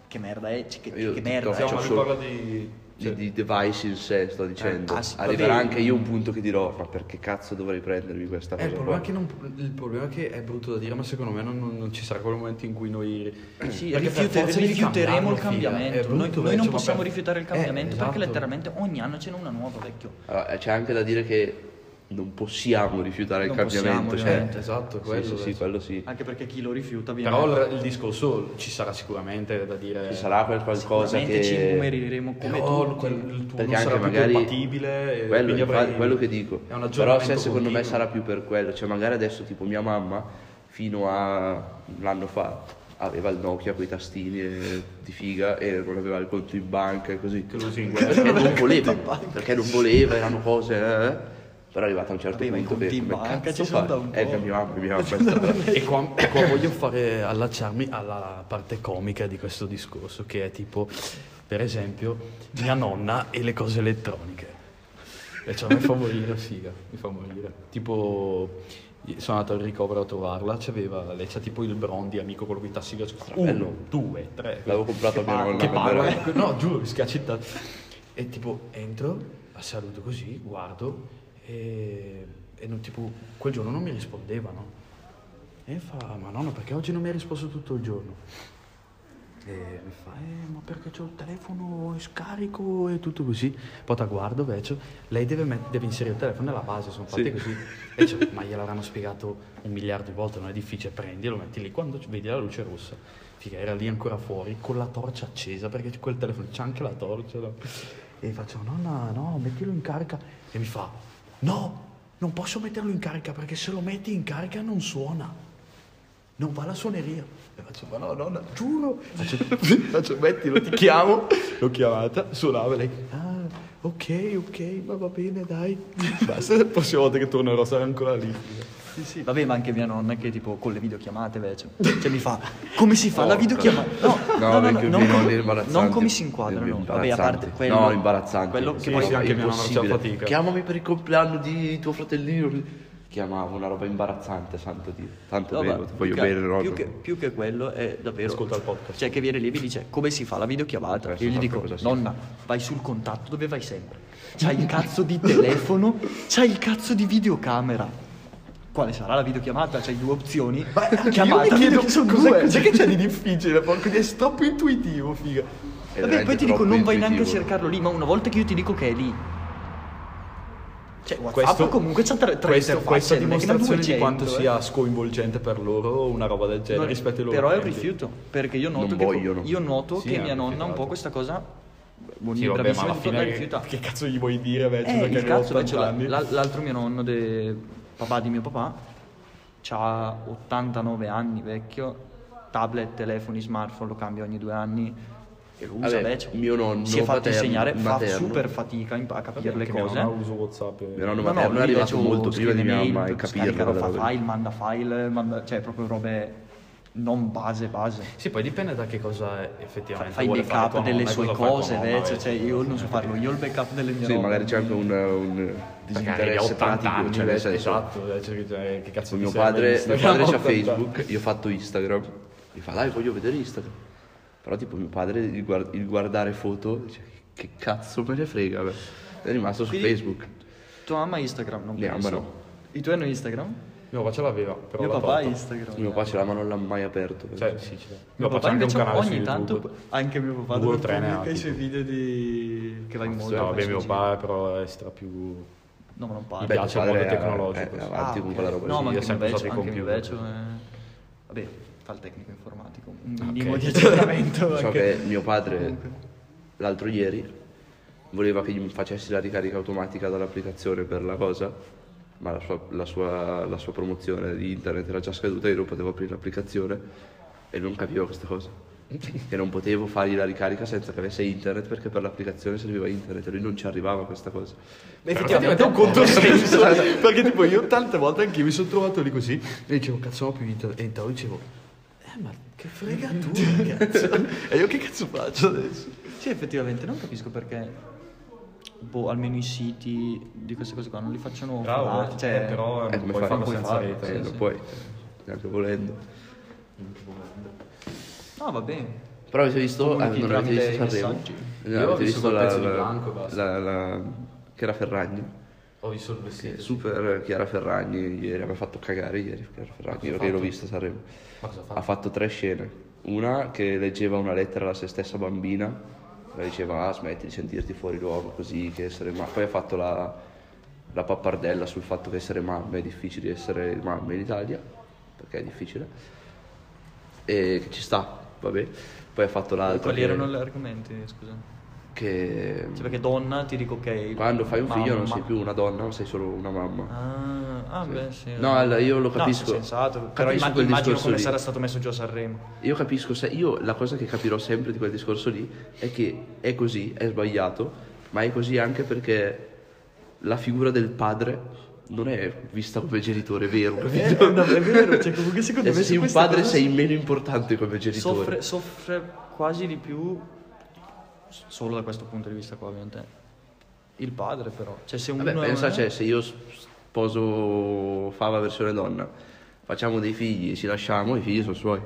[SPEAKER 2] che merda è, cioè, che,
[SPEAKER 1] Io
[SPEAKER 2] che merda
[SPEAKER 1] TikTok
[SPEAKER 2] è.
[SPEAKER 1] c'ho
[SPEAKER 3] Siamo
[SPEAKER 2] cioè,
[SPEAKER 3] si
[SPEAKER 1] solo-
[SPEAKER 3] parla di...
[SPEAKER 1] Di, di device in sé sto dicendo
[SPEAKER 2] ah, sì, va
[SPEAKER 1] arriverà
[SPEAKER 2] bene.
[SPEAKER 1] anche io un punto che dirò ma perché cazzo dovrei prendermi questa
[SPEAKER 3] Eh,
[SPEAKER 1] cosa
[SPEAKER 3] il, problema
[SPEAKER 1] qua
[SPEAKER 3] è che non- il problema è che è brutto da dire, ma secondo me non, non- non ci sarà quel momento in cui noi
[SPEAKER 2] Sì,
[SPEAKER 3] Perché per
[SPEAKER 2] rifiute-
[SPEAKER 3] forza devi
[SPEAKER 2] rifiuteremo il
[SPEAKER 3] cambiarlo, figa.
[SPEAKER 2] cambiamento.
[SPEAKER 3] È brutto,
[SPEAKER 2] noi noi
[SPEAKER 3] eh,
[SPEAKER 2] non
[SPEAKER 3] cioè, ma
[SPEAKER 2] possiamo
[SPEAKER 3] per-
[SPEAKER 2] rifiutare il
[SPEAKER 3] eh,
[SPEAKER 2] cambiamento perché
[SPEAKER 3] esatto.
[SPEAKER 2] letteralmente ogni anno ce n'è una nuova, vecchio.
[SPEAKER 1] Allora, eh, c'è anche da dire che non possiamo rifiutare il
[SPEAKER 2] Non
[SPEAKER 1] cambiamento.
[SPEAKER 2] possiamo,
[SPEAKER 1] cioè,
[SPEAKER 2] ovviamente.
[SPEAKER 3] Esatto,
[SPEAKER 1] sì,
[SPEAKER 3] quello,
[SPEAKER 1] sì, sì,
[SPEAKER 3] adesso.
[SPEAKER 1] quello sì.
[SPEAKER 2] Anche perché chi lo rifiuta viene.
[SPEAKER 3] Però il, il discorso ci sarà sicuramente da dire.
[SPEAKER 1] Ci sarà quel qualcosa
[SPEAKER 2] sicuramente ci
[SPEAKER 1] che.
[SPEAKER 2] imbumeriremo come
[SPEAKER 3] Però
[SPEAKER 2] tutti.
[SPEAKER 3] Oh, quel- il tuo
[SPEAKER 1] Perché
[SPEAKER 3] non sarà
[SPEAKER 1] anche
[SPEAKER 3] più
[SPEAKER 1] magari.
[SPEAKER 3] compatibile. e
[SPEAKER 1] quello,
[SPEAKER 3] quindi
[SPEAKER 1] infatti,
[SPEAKER 3] avrai-
[SPEAKER 1] quello che dico.
[SPEAKER 3] È un
[SPEAKER 1] Però
[SPEAKER 3] aggiornamento
[SPEAKER 1] se secondo me
[SPEAKER 3] continuo.
[SPEAKER 1] sarà più per quello. Cioè, magari adesso, tipo, mia mamma, fino a un anno fa, aveva il Nokia con i tastini eh, di figa e non aveva il conto in banca e così.
[SPEAKER 3] Che lo usi in guerra.
[SPEAKER 1] Perché
[SPEAKER 3] [LAUGHS]
[SPEAKER 1] non voleva. Perché non voleva, erano cose. eh. Però è arrivato a un certo
[SPEAKER 2] Vabbè, ma i
[SPEAKER 1] punto
[SPEAKER 2] conti
[SPEAKER 1] che.
[SPEAKER 2] in
[SPEAKER 1] come
[SPEAKER 2] banca
[SPEAKER 1] cazzo
[SPEAKER 2] ci sono
[SPEAKER 1] fa?
[SPEAKER 2] da un
[SPEAKER 1] Eh,
[SPEAKER 2] po'.
[SPEAKER 1] mia mamma, mia mamma è stata-
[SPEAKER 2] [LAUGHS]
[SPEAKER 3] E qua, e qua voglio fare allacciarmi alla parte comica di questo discorso, che è tipo, per esempio, mia nonna e le cose elettroniche. E cioè, mi fa morire, figa, mi fa morire. Tipo, sono andato al ricovero a trovarla, c'aveva, lei c'ha tipo il Brondi, amico quello con i tassi gas. Uno,
[SPEAKER 1] Strabello.
[SPEAKER 3] due, tre.
[SPEAKER 1] L'avevo comprato a
[SPEAKER 2] Ah,
[SPEAKER 1] mia
[SPEAKER 3] parla,
[SPEAKER 1] nonna.
[SPEAKER 3] che
[SPEAKER 1] quando
[SPEAKER 3] parla,
[SPEAKER 1] era-
[SPEAKER 3] eh. no, giuro, mi scaccetta. E tipo, entro, la saluto così, guardo, e, e non, tipo, quel giorno non mi rispondevano. E fa, ma nonno, perché oggi non mi hai risposto tutto il giorno? E mi fa, eh, ma perché c'ho il telefono in scarico e tutto così. Poi la guardo, vecchio, lei deve, met- deve inserire il telefono nella base, sono fatte
[SPEAKER 1] Sì.
[SPEAKER 3] così. E dice, ma gliel'avranno spiegato un miliardo di volte, non è difficile, prendi, lo metti lì, quando ci- vedi la luce rossa. Figa, era lì ancora fuori, con la torcia accesa, perché c'è quel telefono, c'è anche la torcia. no? E faccio, nonna, no, mettilo in carica. E mi fa, no, non posso metterlo in carica, perché se lo metti in carica non suona non va alla suoneria. E faccio, ma no, nonna, giuro. Faccio, [LAUGHS] faccio, mettilo, ti chiamo. L'ho chiamata, suonava lei. Ah, ok, ok, ma va bene, dai. Basta, la prossima volta che tornerò sarà ancora lì.
[SPEAKER 2] Sì, sì, vabbè, ma anche mia nonna che tipo con le videochiamate invece. Cioè mi fa come si fa la videochiamata? No,
[SPEAKER 1] No,
[SPEAKER 2] no, no, no,
[SPEAKER 1] perché
[SPEAKER 2] non,
[SPEAKER 1] i nonni
[SPEAKER 2] come-
[SPEAKER 1] imbarazzanti.
[SPEAKER 2] non come si inquadra, no. Vabbè, a parte
[SPEAKER 1] Imbarazzanti.
[SPEAKER 2] quello
[SPEAKER 1] No, imbarazzanti.
[SPEAKER 2] Quello che
[SPEAKER 3] Sì,
[SPEAKER 2] poi
[SPEAKER 3] sì, anche mia nonna faceva
[SPEAKER 1] Impossibile.
[SPEAKER 3] fatica.
[SPEAKER 1] Chiamami per il compleanno di tuo fratellino. Chiamavo una roba imbarazzante, santo Dio. Tanto
[SPEAKER 2] No,
[SPEAKER 1] bene, ti
[SPEAKER 2] ma più
[SPEAKER 1] voglio
[SPEAKER 2] che-
[SPEAKER 1] bene, nonno.
[SPEAKER 2] più, che, più che quello è davvero
[SPEAKER 3] Ascolta il podcast.
[SPEAKER 2] cioè che viene lì e mi dice come si fa la videochiamata
[SPEAKER 1] Adesso
[SPEAKER 2] e io gli
[SPEAKER 1] fa
[SPEAKER 2] dico
[SPEAKER 1] qualcosa sì.
[SPEAKER 2] nonna vai sul contatto dove vai sempre c'hai il cazzo di telefono c'hai il cazzo di videocamera quale sarà la videochiamata c'hai due opzioni chiamata sono due
[SPEAKER 3] che c'è di difficile, porco, è troppo intuitivo, figa.
[SPEAKER 1] È
[SPEAKER 2] Vabbè, poi
[SPEAKER 1] veramente
[SPEAKER 2] ti dico,
[SPEAKER 1] troppo
[SPEAKER 2] non vai neanche a
[SPEAKER 1] intuitivo.
[SPEAKER 2] cercarlo lì, ma una volta che io ti dico che è lì. Cioè, WhatsApp
[SPEAKER 3] Questo-
[SPEAKER 2] comunque c'ha tre, tre
[SPEAKER 3] Questa,
[SPEAKER 2] interfacce,
[SPEAKER 3] questa
[SPEAKER 2] non è che ne ha
[SPEAKER 3] dimostrazione di
[SPEAKER 2] 200,
[SPEAKER 3] quanto
[SPEAKER 2] eh.
[SPEAKER 3] sia sconvolgente per loro una roba del genere
[SPEAKER 2] Non-
[SPEAKER 3] rispetto ai loro
[SPEAKER 2] Però è un
[SPEAKER 3] tempi.
[SPEAKER 2] rifiuto, perché io noto
[SPEAKER 1] Non
[SPEAKER 2] che,
[SPEAKER 1] vogliono.
[SPEAKER 2] io noto
[SPEAKER 3] Sì,
[SPEAKER 2] che
[SPEAKER 3] anche,
[SPEAKER 2] mia nonna un
[SPEAKER 3] esatto.
[SPEAKER 2] po' questa cosa, buoni,
[SPEAKER 3] Sì, vabbè, ma
[SPEAKER 2] bravissima,
[SPEAKER 3] alla
[SPEAKER 2] tutto, la
[SPEAKER 3] fine
[SPEAKER 2] rifiuta.
[SPEAKER 3] che, che cazzo gli vuoi dire, vecchio,
[SPEAKER 2] Eh,
[SPEAKER 3] perché
[SPEAKER 2] il
[SPEAKER 3] aveva
[SPEAKER 2] cazzo,
[SPEAKER 3] 80
[SPEAKER 2] invece, la-
[SPEAKER 3] anni?
[SPEAKER 2] la- l'altro mio nonno, de- papà di mio papà, ha 89 anni, vecchio, tablet, telefoni, smartphone, lo cambia ogni due anni, e lo usa,
[SPEAKER 1] Vabbè,
[SPEAKER 2] beh, cioè,
[SPEAKER 1] mio nonno
[SPEAKER 2] si è fatto
[SPEAKER 1] paterno-
[SPEAKER 2] insegnare, fa
[SPEAKER 1] materno.
[SPEAKER 2] super fatica in- a capire le
[SPEAKER 3] Perché mio
[SPEAKER 2] cose.
[SPEAKER 3] nonno uso WhatsApp. e-
[SPEAKER 1] Mio nonno
[SPEAKER 2] No, no,
[SPEAKER 1] materno
[SPEAKER 2] lui
[SPEAKER 1] è
[SPEAKER 2] invece
[SPEAKER 1] arrivato molto prima
[SPEAKER 2] scrive
[SPEAKER 1] di mia
[SPEAKER 2] mail,
[SPEAKER 1] mamma e
[SPEAKER 2] scarica,
[SPEAKER 1] capirlo.
[SPEAKER 2] fa
[SPEAKER 1] quella roba lì.
[SPEAKER 2] file, manda file, manda- cioè proprio robe non base base.
[SPEAKER 4] Sì, poi dipende da che cosa
[SPEAKER 2] Fai
[SPEAKER 3] Eh,
[SPEAKER 4] effettivamente
[SPEAKER 2] fai il
[SPEAKER 4] vuole fare tua
[SPEAKER 2] backup delle
[SPEAKER 4] nonna e
[SPEAKER 2] sue
[SPEAKER 4] cosa fa tua
[SPEAKER 2] cose,
[SPEAKER 4] nonna,
[SPEAKER 2] invece,
[SPEAKER 4] vedi.
[SPEAKER 2] cioè io non so farlo, io ho il backup delle mie
[SPEAKER 1] Sì,
[SPEAKER 2] robe.
[SPEAKER 1] magari c'è anche un, un
[SPEAKER 4] Perché arrivi a
[SPEAKER 1] disinteresse
[SPEAKER 4] 80
[SPEAKER 1] pratico.
[SPEAKER 4] anni,
[SPEAKER 1] cioè,
[SPEAKER 4] cioè,
[SPEAKER 1] nel senso,
[SPEAKER 4] esatto, eh, cioè, cioè, che cazzo di
[SPEAKER 1] mio
[SPEAKER 4] serve
[SPEAKER 1] padre, mio
[SPEAKER 4] Instagram
[SPEAKER 1] padre c'ha
[SPEAKER 4] 80?
[SPEAKER 1] Facebook, io ho fatto Instagram. Mi fa, dai, voglio vedere Instagram. Però tipo mio padre, il, guard- il guardare foto, dice, che cazzo me ne frega, beh. è rimasto su
[SPEAKER 2] Quindi-
[SPEAKER 1] Facebook.
[SPEAKER 2] Tua mamma ha Instagram, non
[SPEAKER 1] Mia
[SPEAKER 2] penso.
[SPEAKER 1] mamma no.
[SPEAKER 2] I tuoi hanno Instagram?
[SPEAKER 3] Mio papà ce l'aveva, però
[SPEAKER 2] Mio
[SPEAKER 3] l'ha
[SPEAKER 2] papà ha
[SPEAKER 3] tolto.
[SPEAKER 2] Instagram.
[SPEAKER 1] Mio papà ce l'ha ma non l'ha mai aperto.
[SPEAKER 3] Cioè, sì, ce l'ha.
[SPEAKER 2] Mio
[SPEAKER 3] Mio papà c'ha anche un
[SPEAKER 2] invece
[SPEAKER 3] canale su
[SPEAKER 2] ogni tanto
[SPEAKER 3] YouTube.
[SPEAKER 2] anche mio papà
[SPEAKER 3] Due
[SPEAKER 2] dove
[SPEAKER 3] o tre ne ha,
[SPEAKER 2] pubblica i
[SPEAKER 3] tipo.
[SPEAKER 2] suoi video di che va in mondo.
[SPEAKER 3] No, vabbè,
[SPEAKER 2] penso,
[SPEAKER 3] mio
[SPEAKER 2] sì.
[SPEAKER 3] papà però è stra più...
[SPEAKER 2] No, ma non parlo.
[SPEAKER 3] Beh, piace il
[SPEAKER 1] padre
[SPEAKER 3] mondo
[SPEAKER 1] è-
[SPEAKER 3] tecnologico,
[SPEAKER 1] È,
[SPEAKER 3] sì.
[SPEAKER 1] avanti
[SPEAKER 2] Ah,
[SPEAKER 1] con
[SPEAKER 2] ok.
[SPEAKER 1] quella roba
[SPEAKER 2] No,
[SPEAKER 1] lì.
[SPEAKER 2] ma
[SPEAKER 3] io
[SPEAKER 2] anche
[SPEAKER 3] ho
[SPEAKER 2] mio
[SPEAKER 3] sempre usato
[SPEAKER 2] vecchio,
[SPEAKER 3] i
[SPEAKER 2] anche mio vecchio
[SPEAKER 3] computer.
[SPEAKER 2] è- Vabbè, fa il tecnico informatico, un minimo di
[SPEAKER 3] [LAUGHS]
[SPEAKER 2] aggiornamento.
[SPEAKER 1] So
[SPEAKER 2] anche.
[SPEAKER 1] che mio padre l'altro ieri voleva che gli facessi la ricarica automatica dall'applicazione per la cosa, ma la sua, la sua- la sua promozione di internet era già scaduta, io non potevo aprire l'applicazione e non capivo questa cosa. Che non potevo fargli la ricarica senza che avesse internet perché per l'applicazione serviva internet e lui non ci arrivava questa cosa.
[SPEAKER 4] Ma effettivamente è un controsenso perché tipo io tante volte anche mi sono trovato lì così e dicevo cazzo non ho più internet e intanto dicevo eh ma che frega tu cazzo e io che cazzo faccio adesso
[SPEAKER 2] Sì, effettivamente, non capisco perché... Boh, almeno i siti di queste cose qua non li facciano...
[SPEAKER 3] Bravo,
[SPEAKER 2] fa-
[SPEAKER 3] cioè, però
[SPEAKER 1] Eh,
[SPEAKER 3] non
[SPEAKER 1] come
[SPEAKER 3] puoi
[SPEAKER 1] fai? Non
[SPEAKER 3] farlo
[SPEAKER 1] puoi
[SPEAKER 3] senza
[SPEAKER 2] farlo,
[SPEAKER 3] rete.
[SPEAKER 1] Eh, non puoi, neanche volendo.
[SPEAKER 2] No, va bene.
[SPEAKER 1] Però avete visto, eh,
[SPEAKER 2] Comunichi
[SPEAKER 1] non avete
[SPEAKER 2] tramite
[SPEAKER 1] visto Sanremo?
[SPEAKER 2] messaggi.
[SPEAKER 1] No,
[SPEAKER 4] Io ho
[SPEAKER 1] avete
[SPEAKER 4] visto
[SPEAKER 1] visto
[SPEAKER 4] quel
[SPEAKER 1] la,
[SPEAKER 4] pezzo di
[SPEAKER 1] la-
[SPEAKER 4] Blanco e basta.
[SPEAKER 1] la- la- che era Ferragni?
[SPEAKER 4] ho visto il vestito
[SPEAKER 1] Super Chiara Ferragni ieri, mi ha fatto cagare ieri Chiara Ferragni, perché l'ho vista a Sanremo.
[SPEAKER 4] ma cosa fa?
[SPEAKER 1] Ha fatto tre scene. Una che leggeva una lettera alla se stessa bambina, la diceva ah, smetti di sentirti fuori luogo così, che essere mamma. Poi ha fatto la, la pappardella sul fatto che essere mamma è difficile essere mamma in Italia, perché è difficile. E che ci sta, vabbè. Poi ha fatto l'altra.
[SPEAKER 2] Quali
[SPEAKER 1] che-
[SPEAKER 2] erano gli argomenti, scusa?
[SPEAKER 1] che
[SPEAKER 2] Cioè, perché donna ti dico ok...
[SPEAKER 1] quando fai un figlio non
[SPEAKER 2] mamma.
[SPEAKER 1] sei più una donna, ma sei solo una mamma.
[SPEAKER 2] Ah, ah beh, sì.
[SPEAKER 1] No, allora, io lo
[SPEAKER 2] No,
[SPEAKER 1] capisco.
[SPEAKER 2] sì, sensato, però
[SPEAKER 1] Capisco
[SPEAKER 2] immag-
[SPEAKER 1] quel
[SPEAKER 2] immagino
[SPEAKER 1] discorso
[SPEAKER 2] come
[SPEAKER 1] lì.
[SPEAKER 2] sarà stato messo giù a Sanremo.
[SPEAKER 1] Io capisco, se, io la cosa che capirò sempre di quel discorso lì è che è così, è sbagliato, ma è così anche perché la figura del padre non è vista come genitore vero, capito?
[SPEAKER 2] no, è vero, cioè [LAUGHS] comunque secondo
[SPEAKER 1] E
[SPEAKER 2] me
[SPEAKER 1] se
[SPEAKER 2] su
[SPEAKER 1] sei un
[SPEAKER 2] questa
[SPEAKER 1] padre
[SPEAKER 2] cosa
[SPEAKER 1] sei meno importante come genitore.
[SPEAKER 2] soffre, soffre quasi di più s- solo da questo punto di vista qua, ovviamente. Il padre però, cioè se uno
[SPEAKER 1] Vabbè,
[SPEAKER 2] è-
[SPEAKER 1] pensa, cioè, se io sposo Fava versione donna, facciamo dei figli, ci lasciamo, i figli sono suoi.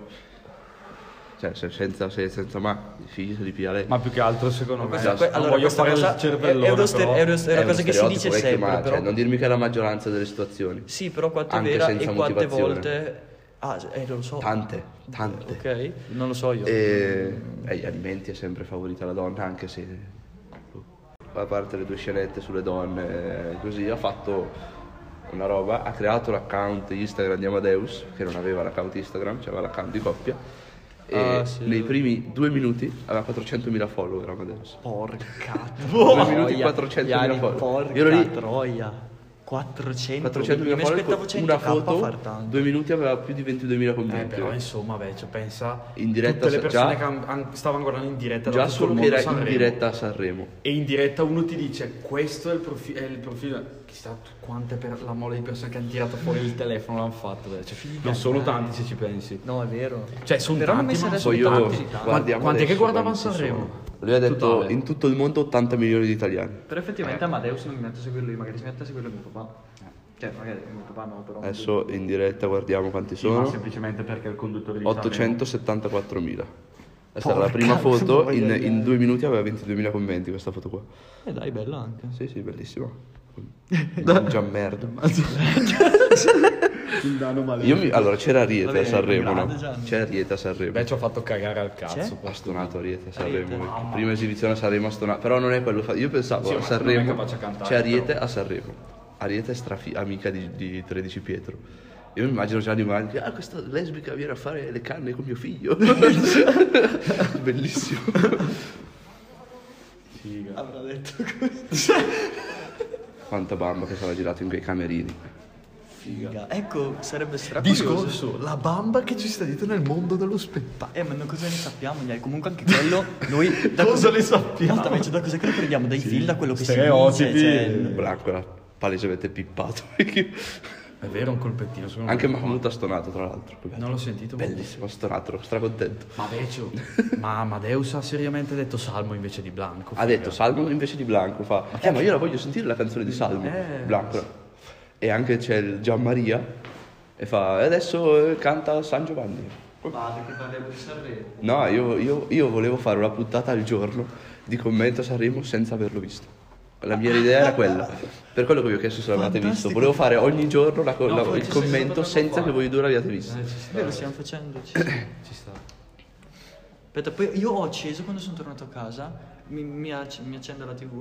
[SPEAKER 1] Cioè, se- senza, se- senza ma, i figli se li piglia lei.
[SPEAKER 3] Ma più che altro secondo me...
[SPEAKER 2] Questa- Eh, que-
[SPEAKER 3] non
[SPEAKER 2] allora,
[SPEAKER 3] voglio
[SPEAKER 2] questa
[SPEAKER 3] fare
[SPEAKER 2] cosa
[SPEAKER 3] il
[SPEAKER 2] è, è
[SPEAKER 3] cervellone,
[SPEAKER 2] uno ster-
[SPEAKER 3] però...
[SPEAKER 2] è uno- è una
[SPEAKER 1] È uno
[SPEAKER 2] cosa che si
[SPEAKER 1] stereotipo
[SPEAKER 2] dice
[SPEAKER 1] vecchio,
[SPEAKER 2] sempre,
[SPEAKER 1] ma,
[SPEAKER 2] però
[SPEAKER 1] cioè, non dirmi che è la maggioranza delle situazioni.
[SPEAKER 2] Sì, però quanto è
[SPEAKER 1] Anche
[SPEAKER 2] vera e
[SPEAKER 1] senza
[SPEAKER 2] quante
[SPEAKER 1] motivazione.
[SPEAKER 2] volte Ah, eh, non lo so.
[SPEAKER 1] Tante, tante.
[SPEAKER 2] Ok, non lo so io.
[SPEAKER 1] E, e gli alimenti è sempre favorita la donna, anche se a parte le due scenette sulle donne, eh, così ha fatto una roba, ha creato l'account Instagram di Amadeus, che non aveva l'account Instagram, cioè aveva l'account di coppia. E
[SPEAKER 2] Ah, sì.
[SPEAKER 1] nei primi due minuti aveva 400.000 follower Amadeus. [LAUGHS]
[SPEAKER 2] Porca
[SPEAKER 1] Due minuti,
[SPEAKER 2] troia,
[SPEAKER 1] 400.000
[SPEAKER 2] Iari,
[SPEAKER 1] follower.
[SPEAKER 2] Porca
[SPEAKER 1] Io ero lì-
[SPEAKER 2] troia. 400.
[SPEAKER 1] 400.000
[SPEAKER 2] Mi
[SPEAKER 1] follower,
[SPEAKER 2] aspettavo
[SPEAKER 1] con una
[SPEAKER 2] 100k a far
[SPEAKER 1] foto,
[SPEAKER 2] tanto.
[SPEAKER 1] due minuti aveva più di 22.000
[SPEAKER 4] eh
[SPEAKER 1] commenti.
[SPEAKER 4] però insomma beh, cioè, pensa
[SPEAKER 1] In diretta
[SPEAKER 3] Tutte le
[SPEAKER 1] sa-
[SPEAKER 3] persone
[SPEAKER 1] già-
[SPEAKER 3] che han- han- stavano guardando in diretta da
[SPEAKER 1] Già
[SPEAKER 3] tutto il
[SPEAKER 1] solo che
[SPEAKER 3] mondo
[SPEAKER 1] era in
[SPEAKER 3] Sanremo.
[SPEAKER 1] diretta a Sanremo.
[SPEAKER 3] E in diretta uno ti dice questo è il, profi- è il profilo, chissà tu- quante per la mole di persone che hanno tirato fuori il telefono l'hanno fatto, eh, cioè, non sono tanti se ci pensi.
[SPEAKER 2] No, è vero.
[SPEAKER 3] Cioè sono
[SPEAKER 2] Però
[SPEAKER 3] tanti,
[SPEAKER 2] non mi
[SPEAKER 3] ma
[SPEAKER 2] sarei
[SPEAKER 1] Poi
[SPEAKER 3] sono
[SPEAKER 1] io
[SPEAKER 3] tanti.
[SPEAKER 1] guardiamo
[SPEAKER 3] Quanti che
[SPEAKER 1] adesso
[SPEAKER 3] guardavano
[SPEAKER 1] quanti
[SPEAKER 3] Sanremo?
[SPEAKER 1] sono. Lui ha detto
[SPEAKER 3] Totale.
[SPEAKER 1] in tutto il mondo 80 milioni di italiani.
[SPEAKER 2] Però effettivamente Amadeus non mi metto a seguirlo io, magari si mette a seguirlo mio papà. Cioè, magari mio papà no, però.
[SPEAKER 1] Adesso in diretta guardiamo quanti
[SPEAKER 3] Sì, ma
[SPEAKER 1] sono.
[SPEAKER 3] semplicemente perché il conduttore di Sanremo-
[SPEAKER 1] 874.000. Questa era la prima foto, in, in due minuti aveva 22.000 commenti questa foto qua.
[SPEAKER 2] Eh dai, bella anche.
[SPEAKER 1] Sì, sì, bellissima.
[SPEAKER 3] [LAUGHS]
[SPEAKER 1] Mangia merda. Io mi- allora c'era Ariete a
[SPEAKER 2] Vabbè,
[SPEAKER 1] Sanremo,
[SPEAKER 2] grande
[SPEAKER 1] no?
[SPEAKER 2] Gianni.
[SPEAKER 1] C'era Ariete a Sanremo.
[SPEAKER 3] Beh, ci ho fatto cagare al cazzo.
[SPEAKER 2] C'è?
[SPEAKER 1] Ha stonato Ariete a
[SPEAKER 2] Ariete,
[SPEAKER 1] Sanremo. perché Prima esibizione a Sanremo ha stonato. Però non è quello. fa- Io pensavo
[SPEAKER 3] Sì,
[SPEAKER 1] a
[SPEAKER 3] ma secondo me è
[SPEAKER 1] Sanremo.
[SPEAKER 3] capace a cantare,
[SPEAKER 1] C'è Ariete a Sanremo. Ariete è strafi- amica di, di 13 Pietro. Io mi immagino Gianni Magni. Ah, questa lesbica viene a fare le canne con mio
[SPEAKER 3] [LAUGHS]
[SPEAKER 1] figlio. Bellissimo.
[SPEAKER 3] Figa.
[SPEAKER 2] Avrà detto così.
[SPEAKER 1] Quanta bamba che sarà girato in quei camerini.
[SPEAKER 2] figa. Ecco, sarebbe stracurioso.
[SPEAKER 4] Discorso, la bamba che ci sta dietro nel mondo dello spettacolo.
[SPEAKER 2] Eh, ma non cosa ne sappiamo? Gli- Comunque anche quello,
[SPEAKER 3] [LAUGHS]
[SPEAKER 2] noi... Da
[SPEAKER 4] Cosa ne sappiamo?
[SPEAKER 2] Esattamente, da cosa che lo prendiamo? Dai film, da quello che si
[SPEAKER 3] Stereotipi.
[SPEAKER 2] dice, cioè...
[SPEAKER 1] Branco era palesemente pippato. [LAUGHS]
[SPEAKER 3] È vero, un colpettino. secondo me.
[SPEAKER 1] Anche Mahmoud ha stonato, tra l'altro.
[SPEAKER 3] Non l'ho sentito. ma-
[SPEAKER 1] Bellissimo, ha stonato, ero stracontento.
[SPEAKER 3] Ma Beccio, ma Amadeus ha seriamente detto Salmo invece di Blanco.
[SPEAKER 1] Ha detto Salmo invece di Blanco, fa, eh ma io la voglio sentire la canzone di Salmo,
[SPEAKER 3] Eh.
[SPEAKER 1] Blanco. E anche c'è il Gianmaria, e fa, "E adesso eh, canta San Giovanni.
[SPEAKER 2] Vado, che parliamo di Sanremo.
[SPEAKER 1] No, io, io- io volevo fare una puntata al giorno di commento a Sanremo senza averlo visto. La mia idea era quella. Per quello che vi ho chiesto se l'avete visto.
[SPEAKER 2] Fantastico.
[SPEAKER 1] Volevo fare ogni giorno la co-
[SPEAKER 3] No,
[SPEAKER 1] la-
[SPEAKER 3] poi
[SPEAKER 1] il
[SPEAKER 3] ci sei
[SPEAKER 1] commento
[SPEAKER 3] stato
[SPEAKER 1] senza
[SPEAKER 3] poco
[SPEAKER 1] che
[SPEAKER 3] fa.
[SPEAKER 1] voi due l'abbiate visto.
[SPEAKER 3] Eh, ci
[SPEAKER 2] È
[SPEAKER 3] sta,
[SPEAKER 2] vero, stiamo facendo... ci-
[SPEAKER 3] [COUGHS] ci sta.
[SPEAKER 2] Aspetta, poi io ho acceso quando sono tornato a casa, mi, mi acc- mi accendo la tv,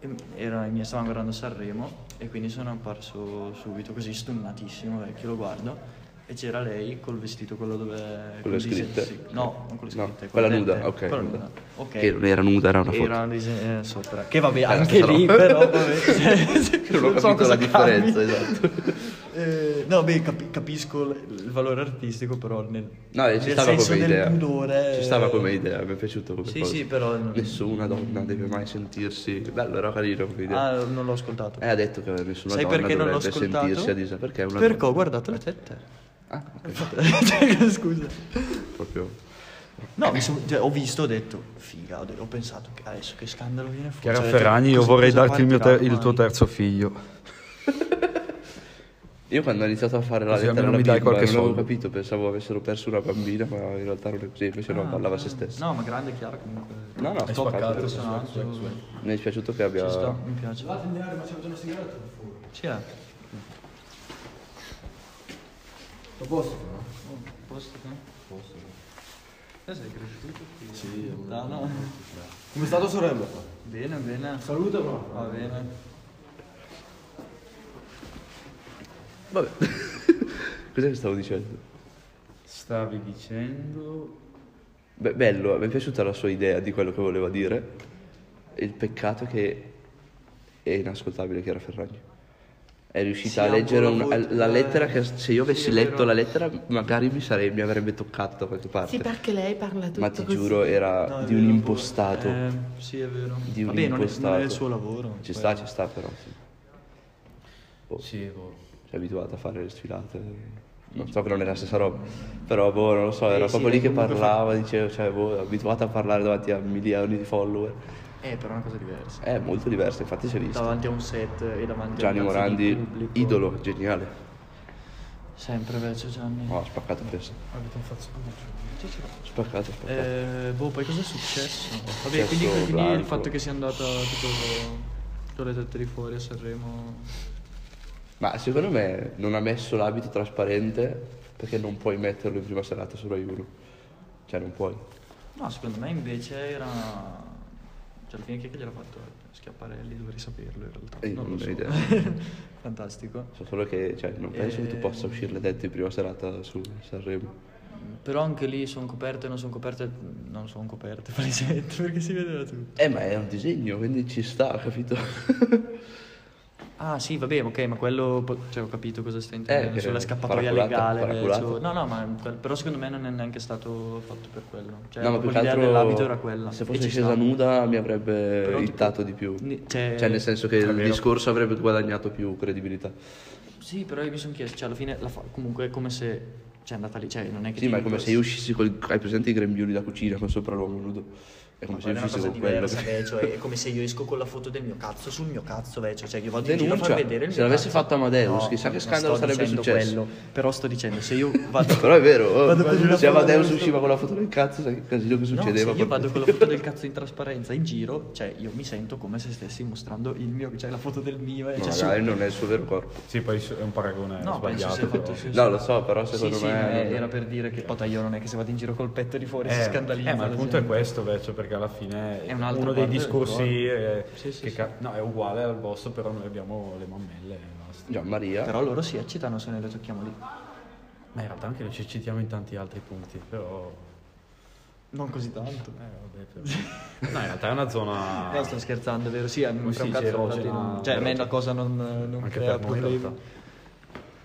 [SPEAKER 2] e m- era- mi stavano guardando Sanremo e quindi sono apparso subito così stonnatissimo, vecchio, lo guardo. E c'era lei col vestito quello dove...
[SPEAKER 1] Con le
[SPEAKER 2] così,
[SPEAKER 1] scritte?
[SPEAKER 2] sì. No, non con le
[SPEAKER 1] No,
[SPEAKER 2] scritte. con
[SPEAKER 1] quella
[SPEAKER 2] le
[SPEAKER 1] nuda,
[SPEAKER 2] dette.
[SPEAKER 1] ok,
[SPEAKER 2] Quella
[SPEAKER 1] nuda.
[SPEAKER 2] nuda. Ok.
[SPEAKER 1] Che non era nuda, era una foto.
[SPEAKER 2] Era un disegno eh, sopra. Che vabbè,
[SPEAKER 1] la
[SPEAKER 2] anche
[SPEAKER 1] stessa
[SPEAKER 2] lì
[SPEAKER 1] roba. [LAUGHS]
[SPEAKER 2] però... Vabbè,
[SPEAKER 1] Non ho capito
[SPEAKER 2] so
[SPEAKER 1] la
[SPEAKER 2] cosa cambi.
[SPEAKER 1] differenza, esatto.
[SPEAKER 2] Eh, no, beh, capi- capisco l- il valore artistico, però nel,
[SPEAKER 1] No, eh,
[SPEAKER 2] nel
[SPEAKER 1] ci stava
[SPEAKER 2] senso
[SPEAKER 1] come
[SPEAKER 2] del
[SPEAKER 1] idea.
[SPEAKER 2] pudore... eh,
[SPEAKER 1] Ci stava come idea, mi è piaciuto come
[SPEAKER 2] Sì,
[SPEAKER 1] cosa.
[SPEAKER 2] sì, però-
[SPEAKER 1] Nessuna donna deve mai sentirsi... Bello, era carino come idea. Eh,
[SPEAKER 2] Ah, non l'ho ascoltato.
[SPEAKER 1] E ha detto che nessuna
[SPEAKER 2] Sai
[SPEAKER 1] donna
[SPEAKER 2] perché non l'ho
[SPEAKER 1] dovrebbe
[SPEAKER 2] ascoltato?
[SPEAKER 1] sentirsi a disagio. Perché è una
[SPEAKER 2] Perché ho guardato le tette.
[SPEAKER 1] donna. Ah, ok,
[SPEAKER 2] Cioè, [LAUGHS] Scusa.
[SPEAKER 1] proprio...
[SPEAKER 2] No, mi sono- cioè, ho visto, ho detto, figa, ho, de- ho pensato, che adesso che scandalo viene fuori.
[SPEAKER 3] Chiara
[SPEAKER 2] Cioè, ho detto,
[SPEAKER 3] Ferragni, io
[SPEAKER 2] cosa-
[SPEAKER 3] vorrei
[SPEAKER 2] cosa
[SPEAKER 3] darti il, mio
[SPEAKER 2] partirà
[SPEAKER 3] ter- il tuo
[SPEAKER 2] domani?
[SPEAKER 3] terzo figlio.
[SPEAKER 1] Io quando ho iniziato a fare la
[SPEAKER 3] Così
[SPEAKER 1] lettera
[SPEAKER 3] almeno
[SPEAKER 1] alla
[SPEAKER 3] mi
[SPEAKER 1] bimba
[SPEAKER 3] dai
[SPEAKER 1] non
[SPEAKER 3] qualche
[SPEAKER 1] avevo
[SPEAKER 3] soldo.
[SPEAKER 1] capito, pensavo avessero perso una bambina, ma in realtà non è così, invece no,
[SPEAKER 2] Ah,
[SPEAKER 1] parlava a se
[SPEAKER 2] ok.
[SPEAKER 1] stessa.
[SPEAKER 2] No, ma grande Chiara comunque.
[SPEAKER 1] Mm. No, eh, no, sto
[SPEAKER 2] Il
[SPEAKER 1] cazzo.
[SPEAKER 2] personaggio. Ci
[SPEAKER 1] Mi è dispiaciuto che abbia...
[SPEAKER 2] sta, mi piace. eh. Vado in ma c'è una sigaretta fuori. C'è. Lo posto, no? Posto, te? Te sei cresciuto qui? Sì. No, no.
[SPEAKER 5] Come è stato sorella?
[SPEAKER 2] Bene, bene.
[SPEAKER 5] Saluta qua.
[SPEAKER 2] Va bene.
[SPEAKER 1] Vabbè. [LAUGHS] Cos'è che stavo dicendo?
[SPEAKER 3] Stavi dicendo...
[SPEAKER 1] Beh, bello, mi è piaciuta la sua idea di quello che voleva dire. Il peccato è che è inascoltabile Chiara Ferragni. È riuscita
[SPEAKER 2] Sì,
[SPEAKER 1] a
[SPEAKER 2] ha
[SPEAKER 1] leggere
[SPEAKER 2] un po' la
[SPEAKER 1] una-
[SPEAKER 2] voce-
[SPEAKER 1] la lettera che se io avessi
[SPEAKER 2] Sì, è
[SPEAKER 1] letto
[SPEAKER 2] vero.
[SPEAKER 1] la lettera magari mi, sarei- mi avrebbe toccato da qualche parte.
[SPEAKER 6] Sì, perché lei parla tutto
[SPEAKER 1] Ma ti
[SPEAKER 6] così.
[SPEAKER 1] giuro era
[SPEAKER 2] No, è
[SPEAKER 1] Ah, di un
[SPEAKER 2] vero,
[SPEAKER 1] impostato.
[SPEAKER 2] eh, sì, è vero.
[SPEAKER 1] Di un
[SPEAKER 2] Vabbè, non è,
[SPEAKER 1] impostato.
[SPEAKER 2] non è il suo lavoro.
[SPEAKER 1] Ci
[SPEAKER 2] quello.
[SPEAKER 1] sta, ci sta però. Sì. Boh,
[SPEAKER 3] Sì, boh.
[SPEAKER 1] Sei abituato a fare le sfilate. Non so che non è la stessa roba. Però boh, non lo so, era
[SPEAKER 2] Eh, sì,
[SPEAKER 1] proprio lì che
[SPEAKER 2] comunque fa-
[SPEAKER 1] parlava, dicevo, cioè, boh, abituato a parlare davanti a milioni di follower.
[SPEAKER 2] Eh, però è una cosa diversa.
[SPEAKER 1] È molto diverso, infatti si è visto.
[SPEAKER 2] Davanti a un set e davanti a
[SPEAKER 1] Gianni
[SPEAKER 2] un cazzo di
[SPEAKER 1] Morandi,
[SPEAKER 2] pubblico.
[SPEAKER 1] idolo, geniale.
[SPEAKER 2] Sempre verso Gianni.
[SPEAKER 1] No, ha spaccato questo.
[SPEAKER 2] Sì, sì.
[SPEAKER 1] Spaccato, spaccato.
[SPEAKER 2] Eh, boh, poi cosa è successo? Vabbè,
[SPEAKER 1] Successo
[SPEAKER 2] quindi, quindi il
[SPEAKER 1] Blanco.
[SPEAKER 2] fatto che sia andata tipo con le tette di fuori a Sanremo.
[SPEAKER 1] Ma secondo me non ha messo l'abito trasparente perché non puoi metterlo in prima serata su Rai 1. Cioè non puoi.
[SPEAKER 2] No, secondo me invece era. Cioè, alla fine chi è che gliel'ha fatto? Schiaparelli, dovrei saperlo in realtà.
[SPEAKER 1] Eh,
[SPEAKER 2] non lo
[SPEAKER 1] non
[SPEAKER 2] so.
[SPEAKER 1] ho idea.
[SPEAKER 2] [LAUGHS] Fantastico.
[SPEAKER 1] So solo che cioè, non penso che tu
[SPEAKER 2] Eh.
[SPEAKER 1] possa uscire le tette in prima serata su Sanremo.
[SPEAKER 2] Però anche lì sono coperte, non sono coperte, non sono coperte, [LAUGHS] presente, perché si vedeva tutto.
[SPEAKER 1] Eh ma è un disegno, quindi ci sta,
[SPEAKER 2] [LAUGHS]
[SPEAKER 1] capito?
[SPEAKER 2] Cioè, Ah sì, vabbè, ok, ma quello, po- cioè ho capito cosa stai intendendo,
[SPEAKER 1] che
[SPEAKER 2] sulla scappatoia
[SPEAKER 1] Eh, paraculata,
[SPEAKER 2] legale.
[SPEAKER 1] paraculata.
[SPEAKER 2] su- No, no, ma quel- però secondo me non è neanche stato fatto per quello. Cioè,
[SPEAKER 1] no, ma più
[SPEAKER 2] proprio
[SPEAKER 1] che
[SPEAKER 2] l'idea
[SPEAKER 1] altro
[SPEAKER 2] dell'abito era quella.
[SPEAKER 1] Se
[SPEAKER 2] e
[SPEAKER 1] fosse
[SPEAKER 2] ci
[SPEAKER 1] scesa
[SPEAKER 2] sta.
[SPEAKER 1] nuda mi avrebbe
[SPEAKER 2] Però, tipo,
[SPEAKER 1] ittato di più.
[SPEAKER 2] ni- cioè-
[SPEAKER 1] cioè nel senso che
[SPEAKER 3] È
[SPEAKER 1] il
[SPEAKER 3] vero.
[SPEAKER 1] discorso avrebbe guadagnato più credibilità.
[SPEAKER 2] Sì, però io mi sono chiesto, cioè alla fine la fa- comunque è come se, cioè è andata lì, cioè non è che...
[SPEAKER 1] Sì, ma è
[SPEAKER 2] tipo-
[SPEAKER 1] come se io uscissi con. Hai presente i grembiuli da cucina con sopra l'uomo nudo? È come
[SPEAKER 2] Ma
[SPEAKER 1] se io
[SPEAKER 2] quella è una
[SPEAKER 1] uscissi
[SPEAKER 2] cosa
[SPEAKER 1] con quello.
[SPEAKER 2] diversa, beh, cioè, è come se io esco con la foto del mio cazzo sul mio cazzo, beh, cioè, cioè io vado in giro a far
[SPEAKER 1] Denuncia.
[SPEAKER 2] vedere il
[SPEAKER 1] Se
[SPEAKER 2] mio
[SPEAKER 1] l'avesse
[SPEAKER 2] cazzo.
[SPEAKER 1] fatto Amadeus, chissà che
[SPEAKER 2] non
[SPEAKER 1] scandalo
[SPEAKER 2] sto
[SPEAKER 1] sarebbe
[SPEAKER 2] dicendo
[SPEAKER 1] successo.
[SPEAKER 2] quello, però sto dicendo,
[SPEAKER 1] [LAUGHS]
[SPEAKER 2] se io vado...
[SPEAKER 1] Però è vero, oh,
[SPEAKER 2] Vado con una
[SPEAKER 1] se
[SPEAKER 2] foto
[SPEAKER 1] Amadeus
[SPEAKER 2] del-
[SPEAKER 1] usciva con la foto del cazzo, sai che casino che
[SPEAKER 2] No, se
[SPEAKER 1] succedeva.
[SPEAKER 2] io
[SPEAKER 1] porca-
[SPEAKER 2] vado con
[SPEAKER 1] [LAUGHS]
[SPEAKER 2] la foto del cazzo in trasparenza in giro, cioè io mi sento come se stessi mostrando il mio, cioè la foto del mio, eh,
[SPEAKER 1] No,
[SPEAKER 2] cioè, su-
[SPEAKER 1] magari non è il suo vero corpo.
[SPEAKER 3] Sì, poi è un paragone
[SPEAKER 2] No, penso
[SPEAKER 3] sbagliato.
[SPEAKER 2] sia
[SPEAKER 3] però.
[SPEAKER 2] fatto sì, sì.
[SPEAKER 1] No, lo so, però
[SPEAKER 2] Sì,
[SPEAKER 1] secondo
[SPEAKER 2] sì,
[SPEAKER 1] me.
[SPEAKER 2] no, eh, era per dire che poi io non è che se vado in giro col petto di fuori si
[SPEAKER 3] Eh,
[SPEAKER 2] scandalizza.
[SPEAKER 3] eh, ma il
[SPEAKER 2] la
[SPEAKER 3] punto è
[SPEAKER 2] gente.
[SPEAKER 3] questo, Vecchio, perché alla fine
[SPEAKER 2] È
[SPEAKER 3] è
[SPEAKER 2] un'altra
[SPEAKER 3] uno dei
[SPEAKER 2] parte del
[SPEAKER 3] discorsi eh,
[SPEAKER 2] Sì, sì,
[SPEAKER 3] che
[SPEAKER 2] sì.
[SPEAKER 3] ca- no, è uguale al vostro, però noi abbiamo le mammelle e basta.
[SPEAKER 1] Gian Maria.
[SPEAKER 2] Però loro si eccitano se noi lo tocchiamo lì.
[SPEAKER 3] Ma in realtà anche noi ci citiamo in tanti altri punti, però...
[SPEAKER 2] Non così tanto.
[SPEAKER 3] Eh, vabbè, però... [LAUGHS] no, in realtà è una zona...
[SPEAKER 2] No, sto scherzando, è vero? Sì, a me
[SPEAKER 3] Come
[SPEAKER 2] fra
[SPEAKER 3] si
[SPEAKER 2] un cazzo e
[SPEAKER 3] dice,
[SPEAKER 2] un altro
[SPEAKER 3] erogena-
[SPEAKER 2] non- Cioè, a me la cosa non, non
[SPEAKER 3] Anche
[SPEAKER 2] crea
[SPEAKER 3] per noi, in
[SPEAKER 2] problemi.
[SPEAKER 3] realtà.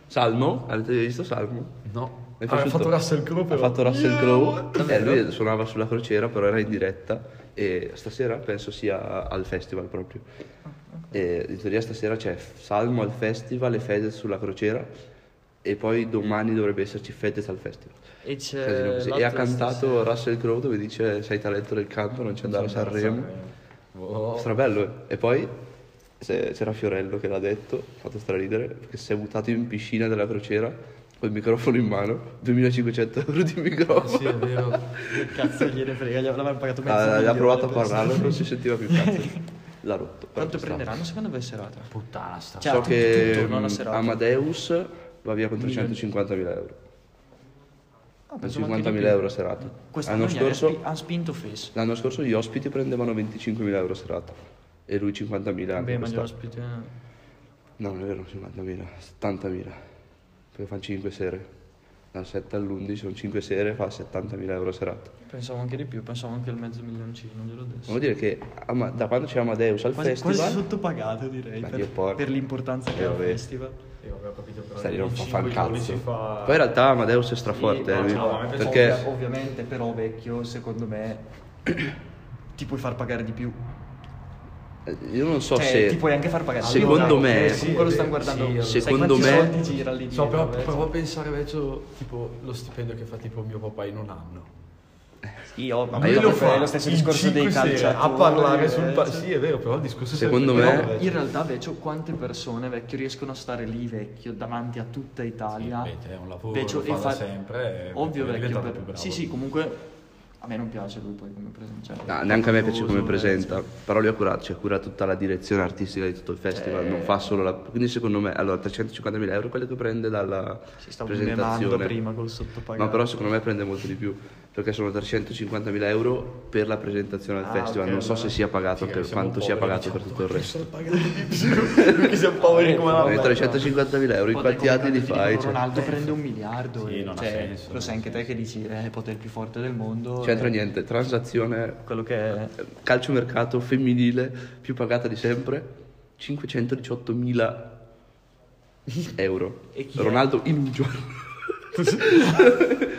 [SPEAKER 1] Salmo, avete visto Salmo?
[SPEAKER 3] No.
[SPEAKER 1] Mi è
[SPEAKER 3] Ah, ha
[SPEAKER 1] piaciuto.
[SPEAKER 3] fatto Russell Crowe
[SPEAKER 1] Ha
[SPEAKER 3] però.
[SPEAKER 1] fatto Russell Crowe, eh, lui suonava sulla crociera però era in diretta e stasera penso sia al festival proprio. E in teoria stasera c'è Salmo al festival e Fedez sulla crociera e poi domani dovrebbe esserci Fedez al festival.
[SPEAKER 2] E,
[SPEAKER 1] Casino
[SPEAKER 2] c'è
[SPEAKER 1] così. E
[SPEAKER 2] l'altro
[SPEAKER 1] ha cantato
[SPEAKER 2] stasera.
[SPEAKER 1] Russell Crowe dove dice sei talento del canto, non c'è andare a Sanremo.
[SPEAKER 3] Oh.
[SPEAKER 1] Strabello. eh. E poi se- c'era Fiorello che l'ha detto, ha fatto straridere, perché si è buttato in piscina della crociera col microfono in mano, 2500 euro di microfono.
[SPEAKER 3] Sì, è vero.
[SPEAKER 2] Che cazzo gliene frega, gli avranno pagato mezzo
[SPEAKER 1] Ah, Ha, ha
[SPEAKER 2] milione
[SPEAKER 1] provato a
[SPEAKER 2] per persone.
[SPEAKER 1] parlarlo, non si sentiva più cazzo. L'ha rotto. però
[SPEAKER 2] [LAUGHS] Quanto
[SPEAKER 1] ci sta.
[SPEAKER 2] prenderanno secondo voi serata?
[SPEAKER 3] Puttana sta.
[SPEAKER 2] Cioè,
[SPEAKER 1] so
[SPEAKER 2] tutto
[SPEAKER 1] che
[SPEAKER 2] intorno alla
[SPEAKER 1] mm,
[SPEAKER 2] serata.
[SPEAKER 1] Amadeus va via con 350.000 euro.
[SPEAKER 2] Ah, penso anche di
[SPEAKER 1] 50.000
[SPEAKER 2] più.
[SPEAKER 1] euro a serata.
[SPEAKER 2] Quest'anno
[SPEAKER 1] L'anno
[SPEAKER 2] gli hanno
[SPEAKER 1] scorso,
[SPEAKER 2] spi- hanno spinto Fes.
[SPEAKER 1] l'anno scorso gli ospiti prendevano 25.000 euro a serata e lui 50.000 anche
[SPEAKER 2] Beh, ma gli
[SPEAKER 1] quest'anno.
[SPEAKER 2] ospiti... eh,
[SPEAKER 1] No, non è vero, 50.000, 70.000. Perché fanno 5 sere. Dal 7 all'11 sono 5 sere, fa 70.000 euro a serata.
[SPEAKER 2] Pensavo anche di più, pensavo anche al mezzo milioncino, glielo adesso.
[SPEAKER 1] Vuol dire che ama- da quando c'è Amadeus al
[SPEAKER 2] Quasi,
[SPEAKER 1] festival...
[SPEAKER 2] quasi sottopagato direi,
[SPEAKER 1] Ma
[SPEAKER 2] per,
[SPEAKER 1] Dio porco.
[SPEAKER 2] per l'importanza che
[SPEAKER 1] Eh,
[SPEAKER 2] ha il
[SPEAKER 1] vabbè.
[SPEAKER 2] festival.
[SPEAKER 7] Io avevo capito però.
[SPEAKER 1] Stai lì, non fa
[SPEAKER 7] cinque
[SPEAKER 1] fa un
[SPEAKER 7] giorni si
[SPEAKER 1] cazzo.
[SPEAKER 7] fa-
[SPEAKER 1] Poi in realtà Amadeus è straforte,
[SPEAKER 7] Sì, no,
[SPEAKER 1] eh,
[SPEAKER 7] no, ma a me piace-
[SPEAKER 1] perché...
[SPEAKER 2] Ovvia- ovviamente, però vecchio, secondo me, [CLEARS THROAT] ti puoi far pagare di più.
[SPEAKER 1] Eh, Io non so
[SPEAKER 2] cioè,
[SPEAKER 1] se.
[SPEAKER 2] ti puoi anche far pagare.
[SPEAKER 1] Secondo
[SPEAKER 2] Allora,
[SPEAKER 1] me-
[SPEAKER 2] eh, comunque lo stanno
[SPEAKER 7] sì,
[SPEAKER 2] guardando.
[SPEAKER 1] sì, secondo
[SPEAKER 2] Sai quanti
[SPEAKER 1] me-
[SPEAKER 2] soldi gira lì
[SPEAKER 3] So,
[SPEAKER 2] dietro,
[SPEAKER 3] però
[SPEAKER 2] eh?
[SPEAKER 3] provo a pensare invece tipo lo stipendio che fa tipo mio papà in un anno.
[SPEAKER 2] Io, eh? oh, ma
[SPEAKER 1] Ma io
[SPEAKER 2] lo
[SPEAKER 1] lo
[SPEAKER 2] fa
[SPEAKER 1] fa
[SPEAKER 2] lo stesso
[SPEAKER 7] in
[SPEAKER 2] discorso dei
[SPEAKER 7] cinque sere
[SPEAKER 2] calciatori.
[SPEAKER 7] a parlare sul
[SPEAKER 2] eh,
[SPEAKER 7] pa-
[SPEAKER 2] cioè.
[SPEAKER 3] Sì, è vero, però il discorso è
[SPEAKER 1] Secondo
[SPEAKER 3] sempre
[SPEAKER 1] me-
[SPEAKER 3] quello, eh, cioè,
[SPEAKER 2] In realtà, vecchio, quante persone vecchio riescono a stare lì vecchio davanti a tutta Italia?
[SPEAKER 3] Sì, beh, è un lavoro,
[SPEAKER 2] Vecchio,
[SPEAKER 3] lo fa
[SPEAKER 2] e
[SPEAKER 3] da sempre, e
[SPEAKER 2] Ovvio,
[SPEAKER 3] è
[SPEAKER 2] vecchio.
[SPEAKER 3] diventato
[SPEAKER 2] per-
[SPEAKER 3] più bravo.
[SPEAKER 2] Sì, sì, comunque a me non piace lui poi come presenta. cioè,
[SPEAKER 1] No, Ah, neanche a me piace come
[SPEAKER 2] faticoso,
[SPEAKER 1] presenta, però lui ha curato, cioè, cura tutta la direzione artistica di tutto il festival,
[SPEAKER 2] Eh.
[SPEAKER 1] non fa solo la... Quindi secondo me, allora, 350.000 euro è quello che prende dalla
[SPEAKER 2] Si stava memando
[SPEAKER 1] presentazione.
[SPEAKER 2] prima col sottopagato.
[SPEAKER 1] No, però secondo me prende molto di più, perché sono 350.000 euro per la presentazione al
[SPEAKER 2] Ah,
[SPEAKER 1] festival,
[SPEAKER 2] ok,
[SPEAKER 1] non so
[SPEAKER 2] allora.
[SPEAKER 1] se sia pagato, per quanto sia pagato per tutto il
[SPEAKER 3] cioè,
[SPEAKER 1] resto. [LAUGHS]
[SPEAKER 3] Perché siamo poveri come la
[SPEAKER 1] Eh, 350.000 euro, in
[SPEAKER 2] Poi dai,
[SPEAKER 1] quanti anni li
[SPEAKER 2] come quando ti
[SPEAKER 1] fai?
[SPEAKER 2] dicono
[SPEAKER 1] Cioè,
[SPEAKER 2] Ronaldo prende un miliardo.
[SPEAKER 7] Sì,
[SPEAKER 2] e,
[SPEAKER 7] non ha
[SPEAKER 2] cioè,
[SPEAKER 7] senso,
[SPEAKER 2] Lo sai
[SPEAKER 7] non
[SPEAKER 2] anche te che dici, eh, il potere più forte del mondo.
[SPEAKER 1] c'entra
[SPEAKER 2] eh,
[SPEAKER 1] niente, transazione
[SPEAKER 2] Quello che è.
[SPEAKER 1] calciomercato femminile più pagata di sempre 518.000 euro
[SPEAKER 2] E chi è?
[SPEAKER 1] Ronaldo in un
[SPEAKER 2] [LAUGHS]
[SPEAKER 1] giorno [LAUGHS]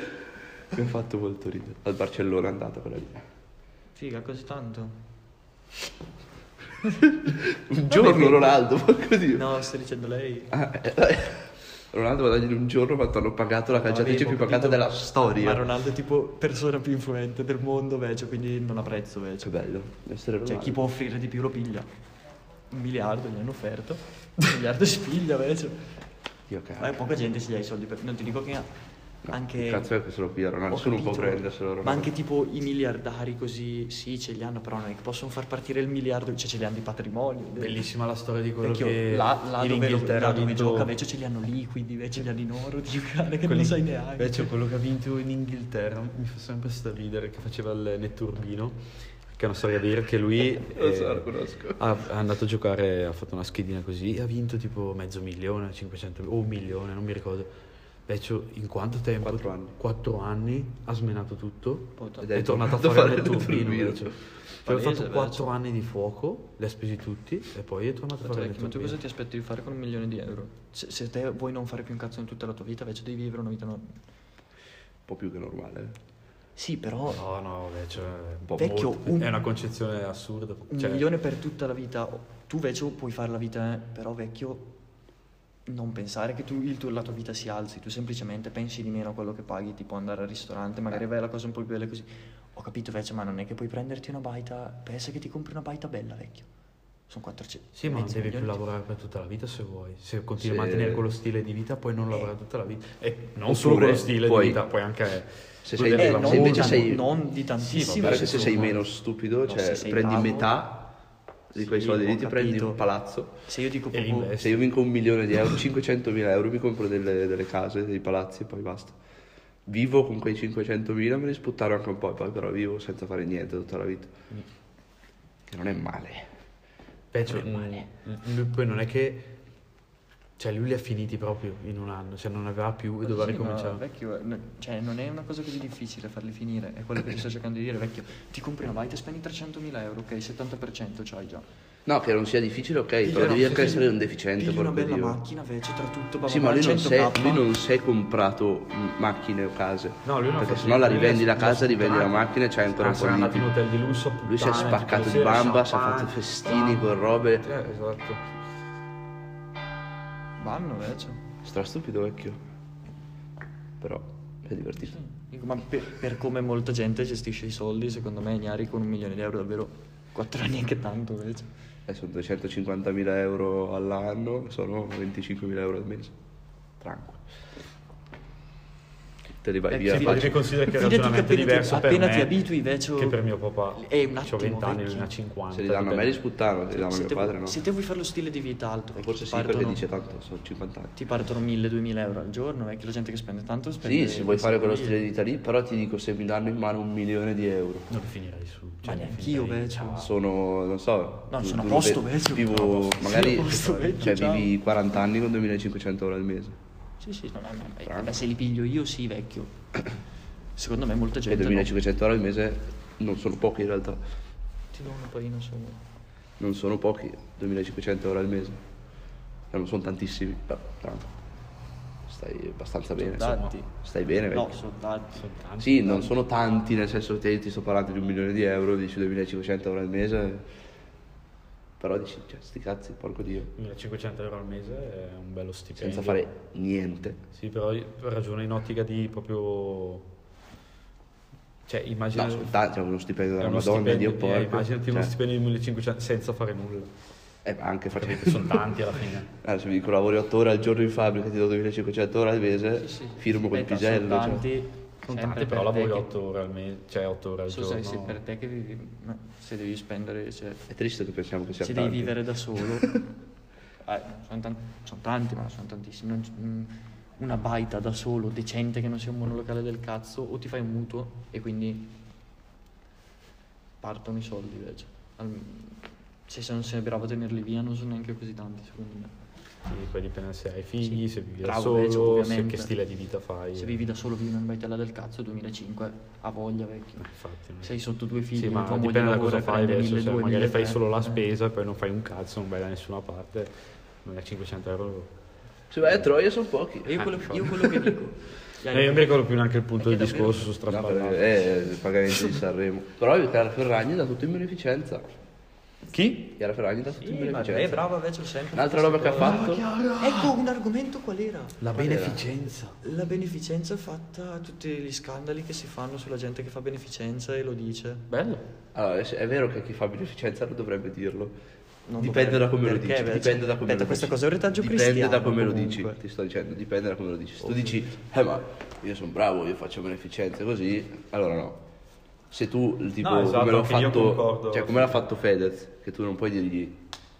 [SPEAKER 1] mi ha fatto molto ridere al Barcellona è andata quella lì
[SPEAKER 2] Figa, così tanto.
[SPEAKER 1] un giorno Ronaldo [LAUGHS] porco dio
[SPEAKER 2] No, stai dicendo lei.
[SPEAKER 1] Ah, eh, eh. Ronaldo guadagna in un giorno quanto hanno pagato la calciatrice
[SPEAKER 2] Avevo
[SPEAKER 1] più pagata
[SPEAKER 2] capito,
[SPEAKER 1] della storia
[SPEAKER 2] Ma Ronaldo è tipo persona più influente del mondo, vecchio, quindi non apprezzo,
[SPEAKER 1] che Cioè,
[SPEAKER 2] vecchio.
[SPEAKER 1] bello essere Ronaldo
[SPEAKER 2] Cioè, chi può offrire di più lo piglia. Un miliardo gli hanno offerto. Un miliardo si piglia, vecchio.
[SPEAKER 1] Dio
[SPEAKER 2] Ma
[SPEAKER 1] cazzo
[SPEAKER 2] poca gente si dà i soldi per... Non ti dico che... ha-
[SPEAKER 1] No,
[SPEAKER 2] Anche...
[SPEAKER 1] che cazzo è che se lo piglia Ronaldo
[SPEAKER 2] Ho
[SPEAKER 1] nessuno può
[SPEAKER 2] capito,
[SPEAKER 1] prenderselo Ronaldo Eh,
[SPEAKER 2] Ma anche tipo i miliardari così, sì, ce li hanno, però non è che possono far partire il miliardo, cioè ce li hanno di patrimonio.
[SPEAKER 3] Bellissima la storia di quello
[SPEAKER 2] Vecchio,
[SPEAKER 3] che
[SPEAKER 2] là, là
[SPEAKER 3] in
[SPEAKER 2] dove,
[SPEAKER 3] Inghilterra
[SPEAKER 2] là
[SPEAKER 3] ha
[SPEAKER 2] dove
[SPEAKER 3] vinto-
[SPEAKER 2] gioca invece ce li hanno liquidi, invece ce li hanno in oro [LAUGHS] di giocare che non
[SPEAKER 3] quelli-
[SPEAKER 2] lo sai neanche.
[SPEAKER 3] Invece quello che ha vinto in Inghilterra mi fa sempre straridere che faceva il netturbino, che è una storia vera che
[SPEAKER 1] [LAUGHS]
[SPEAKER 3] lui
[SPEAKER 1] Lo so,
[SPEAKER 3] eh,
[SPEAKER 1] lo conosco.
[SPEAKER 3] ha, è andato a giocare, ha fatto una schedina così e ha vinto tipo mezzo milione, 500 o un milione, non mi ricordo. Vecchio, in quanto tempo?
[SPEAKER 1] Quattro anni.
[SPEAKER 3] Quattro anni, ha smenato tutto.
[SPEAKER 2] Puttana.
[SPEAKER 1] Ed
[SPEAKER 3] è,
[SPEAKER 1] è
[SPEAKER 3] tornato a
[SPEAKER 2] [LAUGHS]
[SPEAKER 1] tornato
[SPEAKER 3] fare
[SPEAKER 1] a
[SPEAKER 3] il
[SPEAKER 1] fare il
[SPEAKER 3] turbino.
[SPEAKER 1] turbino.
[SPEAKER 3] invece. Cioè, ha
[SPEAKER 2] Palese,
[SPEAKER 3] fatto
[SPEAKER 2] vecchio.
[SPEAKER 3] quattro anni di fuoco, li ha spesi tutti e poi è tornato a fare il
[SPEAKER 2] ma tu cosa
[SPEAKER 3] turbino.
[SPEAKER 2] ti aspetti di fare con un milione di euro? Se, se te vuoi non fare più un cazzo in tutta la tua vita, invece devi vivere una vita no...
[SPEAKER 1] un po' più che normale eh.
[SPEAKER 2] Sì, però
[SPEAKER 3] No, no, vecchio, è un po'
[SPEAKER 2] Vecchio,
[SPEAKER 3] molto-
[SPEAKER 2] un-
[SPEAKER 3] è una concezione assurda.
[SPEAKER 2] un
[SPEAKER 3] cioè-
[SPEAKER 2] milione per tutta la vita, tu invece puoi fare la vita, eh, però vecchio, non pensare che tu, il tuo- la tua vita si alzi, tu semplicemente pensi di meno a quello che paghi, tipo andare al ristorante, magari vai alla cosa un po' più bella così. Ho capito invece, ma non è che puoi prenderti una baita, pensa che ti compri una baita bella, vecchio. Sono 400.
[SPEAKER 3] Sì, ma non
[SPEAKER 2] mezzo
[SPEAKER 3] devi più
[SPEAKER 2] milione di-
[SPEAKER 3] lavorare per tutta la vita se vuoi. Se continui a
[SPEAKER 1] Se- Eh.
[SPEAKER 3] mantenere quello stile di vita, puoi non lavorare tutta la vita. E non
[SPEAKER 1] Oppure
[SPEAKER 3] solo quello stile
[SPEAKER 1] puoi-
[SPEAKER 3] di vita, puoi anche.
[SPEAKER 1] Se
[SPEAKER 3] vedere
[SPEAKER 1] sei-
[SPEAKER 2] Eh,
[SPEAKER 3] la
[SPEAKER 2] non,
[SPEAKER 1] se invece
[SPEAKER 2] di tan-
[SPEAKER 1] sei-
[SPEAKER 2] non di tantissimo.
[SPEAKER 1] Guarda che se sei
[SPEAKER 2] insomma.
[SPEAKER 1] meno stupido,
[SPEAKER 2] No,
[SPEAKER 1] cioè
[SPEAKER 2] se sei
[SPEAKER 1] prendi
[SPEAKER 2] bravo.
[SPEAKER 1] metà di quei
[SPEAKER 2] Sì,
[SPEAKER 1] soldi
[SPEAKER 2] ho
[SPEAKER 1] lì, ti prendi
[SPEAKER 2] capito.
[SPEAKER 1] un palazzo.
[SPEAKER 2] Se io dico
[SPEAKER 3] E
[SPEAKER 2] proprio...
[SPEAKER 3] l'investi.
[SPEAKER 1] Eh, Se io vinco un milione di euro, 500.000 euro, mi compro delle, delle case, dei palazzi e poi basta. Vivo con quei 500.000, me li sputtano anche un po', e poi però vivo senza fare niente tutta la vita.
[SPEAKER 3] Mm.
[SPEAKER 1] Che non è male.
[SPEAKER 3] Beh, cioè, mm, lui poi non è che
[SPEAKER 4] Cioè, lui li ha finiti proprio in un anno, cioè non aveva più e doveva
[SPEAKER 2] Sì, ma
[SPEAKER 4] ricominciare.
[SPEAKER 2] vecchio, no, cioè, non è una cosa così difficile farli finire, è quello che ti sto cercando di dire, vecchio. Ti compri una bike e spendi 300.000 euro, ok? 70% c'hai già.
[SPEAKER 1] No, che non sia difficile, ok,
[SPEAKER 2] Pigli
[SPEAKER 1] però devi
[SPEAKER 2] una-
[SPEAKER 1] anche essere un
[SPEAKER 2] pigli
[SPEAKER 1] deficiente,
[SPEAKER 2] una
[SPEAKER 1] porco
[SPEAKER 2] bella
[SPEAKER 1] Dio.
[SPEAKER 2] macchina, invece, tra tutto, babà,
[SPEAKER 1] Sì, ma lui non,
[SPEAKER 2] 100K.
[SPEAKER 1] si è, lui non si è comprato mm, macchine o case.
[SPEAKER 3] No, lui non ha
[SPEAKER 1] Perché
[SPEAKER 3] fatto
[SPEAKER 1] sennò la
[SPEAKER 3] niente, lui
[SPEAKER 1] rivendi la
[SPEAKER 3] è-
[SPEAKER 1] casa,
[SPEAKER 3] è
[SPEAKER 1] rivendi la
[SPEAKER 3] soltanto-
[SPEAKER 1] macchina e c'hai ancora
[SPEAKER 3] Ah,
[SPEAKER 1] un po'
[SPEAKER 3] sarà
[SPEAKER 1] di...
[SPEAKER 3] andato in hotel di lusso, a
[SPEAKER 1] Lui si è
[SPEAKER 3] puttane,
[SPEAKER 1] spaccato
[SPEAKER 3] tutte
[SPEAKER 1] di
[SPEAKER 3] le sere,
[SPEAKER 1] bamba, si è
[SPEAKER 3] champagne,
[SPEAKER 1] fatto festini con
[SPEAKER 3] puttane.
[SPEAKER 1] robe.
[SPEAKER 3] Eh, esatto.
[SPEAKER 2] Vanno, invece.
[SPEAKER 1] Stra stupido vecchio. Però è divertito.
[SPEAKER 2] Dico, ma per, per come molta gente gestisce i soldi, secondo me, Gnari con un milione di euro davvero 4 anni è che tanto, invece.
[SPEAKER 1] Eh, sono 250.000 euro all'anno, sono 25.000 euro al mese. Tranquillo. Te li vai
[SPEAKER 2] Eh,
[SPEAKER 1] via.
[SPEAKER 2] sì,
[SPEAKER 1] faccio-
[SPEAKER 3] Perché considera che il
[SPEAKER 2] Fidati che
[SPEAKER 3] ragionamento è
[SPEAKER 2] appena ti-
[SPEAKER 3] diverso per
[SPEAKER 2] appena
[SPEAKER 3] me
[SPEAKER 2] ti abitui, vecchio,
[SPEAKER 3] che per mio papà. Cioè,
[SPEAKER 2] è un attimo
[SPEAKER 3] C'ho 20 anni,
[SPEAKER 2] vecchio.
[SPEAKER 3] lui ne ha 50.
[SPEAKER 1] se li danno a me li sputtano, se li danno a
[SPEAKER 2] se,
[SPEAKER 1] mio
[SPEAKER 2] te,
[SPEAKER 1] padre no.
[SPEAKER 2] se te vuoi fare lo stile di vita alto,
[SPEAKER 1] E
[SPEAKER 2] ti
[SPEAKER 1] Forse sì, perché
[SPEAKER 2] partono-
[SPEAKER 1] dice tanto, sono 50 anni.
[SPEAKER 2] ti partono 1000-2000 euro al giorno, vecchio, la gente che spende tanto spende...
[SPEAKER 1] Sì, se vuoi fare quello stile di vita lì, però ti dico se mi danno in mano un milione di euro.
[SPEAKER 3] Non finirei su.
[SPEAKER 2] Ma
[SPEAKER 3] cioè, non
[SPEAKER 2] neanch'io,
[SPEAKER 3] finirei.
[SPEAKER 2] vecchio.
[SPEAKER 1] Ah, Sono, non so.
[SPEAKER 2] No,
[SPEAKER 1] du-
[SPEAKER 2] sono a
[SPEAKER 1] dove-
[SPEAKER 2] posto, vecchio. Sono a
[SPEAKER 1] Vivo,
[SPEAKER 2] posto.
[SPEAKER 1] magari.
[SPEAKER 2] Sì, a posto, vecchio,
[SPEAKER 1] Cioè,
[SPEAKER 2] ciao.
[SPEAKER 1] vivi 40 anni con 2500 euro al mese.
[SPEAKER 2] Sì, sì, no, no, no, eh, vabbè, se li piglio io sì, vecchio.
[SPEAKER 1] [COUGHS]
[SPEAKER 2] Secondo me molta
[SPEAKER 1] E
[SPEAKER 2] gente... no.
[SPEAKER 1] 2500 euro al mese non sono pochi in realtà.
[SPEAKER 2] Ti do una parina solo.
[SPEAKER 1] Non sono pochi, 2500 euro al mese. Cioè, non sono tantissimi, però tanto. Stai abbastanza bene.
[SPEAKER 2] Sono
[SPEAKER 1] insomma.
[SPEAKER 2] tanti.
[SPEAKER 1] Stai bene,
[SPEAKER 2] No,
[SPEAKER 1] vecchio.
[SPEAKER 2] sono tanti.
[SPEAKER 1] Sì, non sono tanti, nel senso che ti sto parlando di un milione di euro, dici 2500 euro al mese. Però dici, cioè, sti cazzi, porco Dio.
[SPEAKER 3] 1500 euro al mese è un bello stipendio.
[SPEAKER 1] Senza fare niente.
[SPEAKER 3] Sì, però io ragiono in ottica di proprio... Cioè, immagina...
[SPEAKER 1] No, ascoltate, c'è uno stipendio
[SPEAKER 3] è
[SPEAKER 1] della
[SPEAKER 3] uno
[SPEAKER 1] Madonna,
[SPEAKER 3] stipendio,
[SPEAKER 1] Dio
[SPEAKER 3] eh,
[SPEAKER 1] porco.
[SPEAKER 3] immaginati
[SPEAKER 1] Cioè,
[SPEAKER 3] uno stipendio di 1500 senza fare nulla.
[SPEAKER 1] eh, ma anche facendo...
[SPEAKER 2] [LAUGHS]
[SPEAKER 3] Perché sono tanti alla fine.
[SPEAKER 1] Allora, se mi dico lavori 8 ore al giorno in fabbrica, ti do 2500 euro al mese, firmo quel
[SPEAKER 2] Aspetta,
[SPEAKER 1] pisello.
[SPEAKER 2] Sono
[SPEAKER 1] cioè.
[SPEAKER 2] tanti,
[SPEAKER 3] Sono
[SPEAKER 2] sempre
[SPEAKER 3] tanti,
[SPEAKER 2] per
[SPEAKER 3] però
[SPEAKER 2] te
[SPEAKER 3] lavori
[SPEAKER 2] che-
[SPEAKER 3] 8 ore al mese, cioè 8 ore al
[SPEAKER 2] So se,
[SPEAKER 3] giorno.
[SPEAKER 2] se per te che vivi, ma se devi spendere, cioè, se,
[SPEAKER 1] È triste che pensiamo che sia
[SPEAKER 2] se devi
[SPEAKER 1] tanti.
[SPEAKER 2] vivere da solo, eh, sono, tan- sono tanti, ma sono tantissimi. Non c- mm, una baita da solo, decente, che non sia un monolocale del cazzo, o ti fai un mutuo e quindi partono i soldi invece. Al- se se non sei bravo a tenerli via, non sono neanche così tanti, secondo me.
[SPEAKER 3] Sì, poi dipende se hai figli, se vivi da
[SPEAKER 2] Bravo,
[SPEAKER 3] solo,
[SPEAKER 2] invece,
[SPEAKER 3] se
[SPEAKER 2] ovviamente.
[SPEAKER 3] che stile di vita fai.
[SPEAKER 2] Se vivi da solo, vivi in una baitella del cazzo, 2005, a voglia vecchio.
[SPEAKER 3] Eh, Infatti, no.
[SPEAKER 2] Sei sotto due figli,
[SPEAKER 3] Sì, ma
[SPEAKER 2] tua moglie
[SPEAKER 3] dipende da
[SPEAKER 2] lavora e
[SPEAKER 3] cosa fai,
[SPEAKER 2] prende
[SPEAKER 3] adesso, cioè,
[SPEAKER 2] 1200,
[SPEAKER 3] magari fai solo la
[SPEAKER 2] eh.
[SPEAKER 3] spesa e poi non fai un cazzo, non vai da nessuna parte, non hai 500 euro.
[SPEAKER 1] Se Cioè, vai a Troia sono pochi.
[SPEAKER 2] Io quello, io quello che
[SPEAKER 3] [LAUGHS]
[SPEAKER 2] dico.
[SPEAKER 3] Eh, io non mi ricordo più neanche il punto
[SPEAKER 2] È
[SPEAKER 3] del
[SPEAKER 2] che davvero-
[SPEAKER 3] discorso su
[SPEAKER 1] No,
[SPEAKER 3] strasparato.
[SPEAKER 1] per- eh, il pagamento di Sanremo. Però io Chiara Ferragni da tutto in beneficenza.
[SPEAKER 3] Chi?
[SPEAKER 1] Chiara Ferragni da tutto in
[SPEAKER 2] ma
[SPEAKER 1] beneficenza.
[SPEAKER 2] è brava invece sempre.
[SPEAKER 1] certo. Un'altra roba che ha fatto?
[SPEAKER 2] Ecco un argomento qual era?
[SPEAKER 4] La beneficenza.
[SPEAKER 2] La beneficenza fatta a tutti gli scandali che si fanno sulla gente che fa beneficenza e lo dice.
[SPEAKER 3] Bello.
[SPEAKER 1] Allora, adesso è vero che chi fa beneficenza non dovrebbe dirlo.
[SPEAKER 2] Non
[SPEAKER 1] dipende
[SPEAKER 2] dovrebbe.
[SPEAKER 1] da come
[SPEAKER 2] Perché,
[SPEAKER 1] lo dici.
[SPEAKER 2] beh,
[SPEAKER 1] Dipende da come
[SPEAKER 2] aspetta,
[SPEAKER 1] lo
[SPEAKER 2] questa
[SPEAKER 1] dici.
[SPEAKER 2] cosa è un retaggio
[SPEAKER 1] Dipende da
[SPEAKER 2] cristiano,
[SPEAKER 1] come lo dici.
[SPEAKER 2] comunque. Oh,
[SPEAKER 1] Ti sto dicendo, dipende da come lo dici. Se tu dici, eh ma io sono bravo, io faccio beneficenza così, allora no. Se tu, il tipo,
[SPEAKER 3] No, esatto,
[SPEAKER 1] come, l'ho
[SPEAKER 3] anche io
[SPEAKER 1] fatto,
[SPEAKER 3] concordo.
[SPEAKER 1] cioè, come l'ha fatto Fedez, che tu non puoi dirgli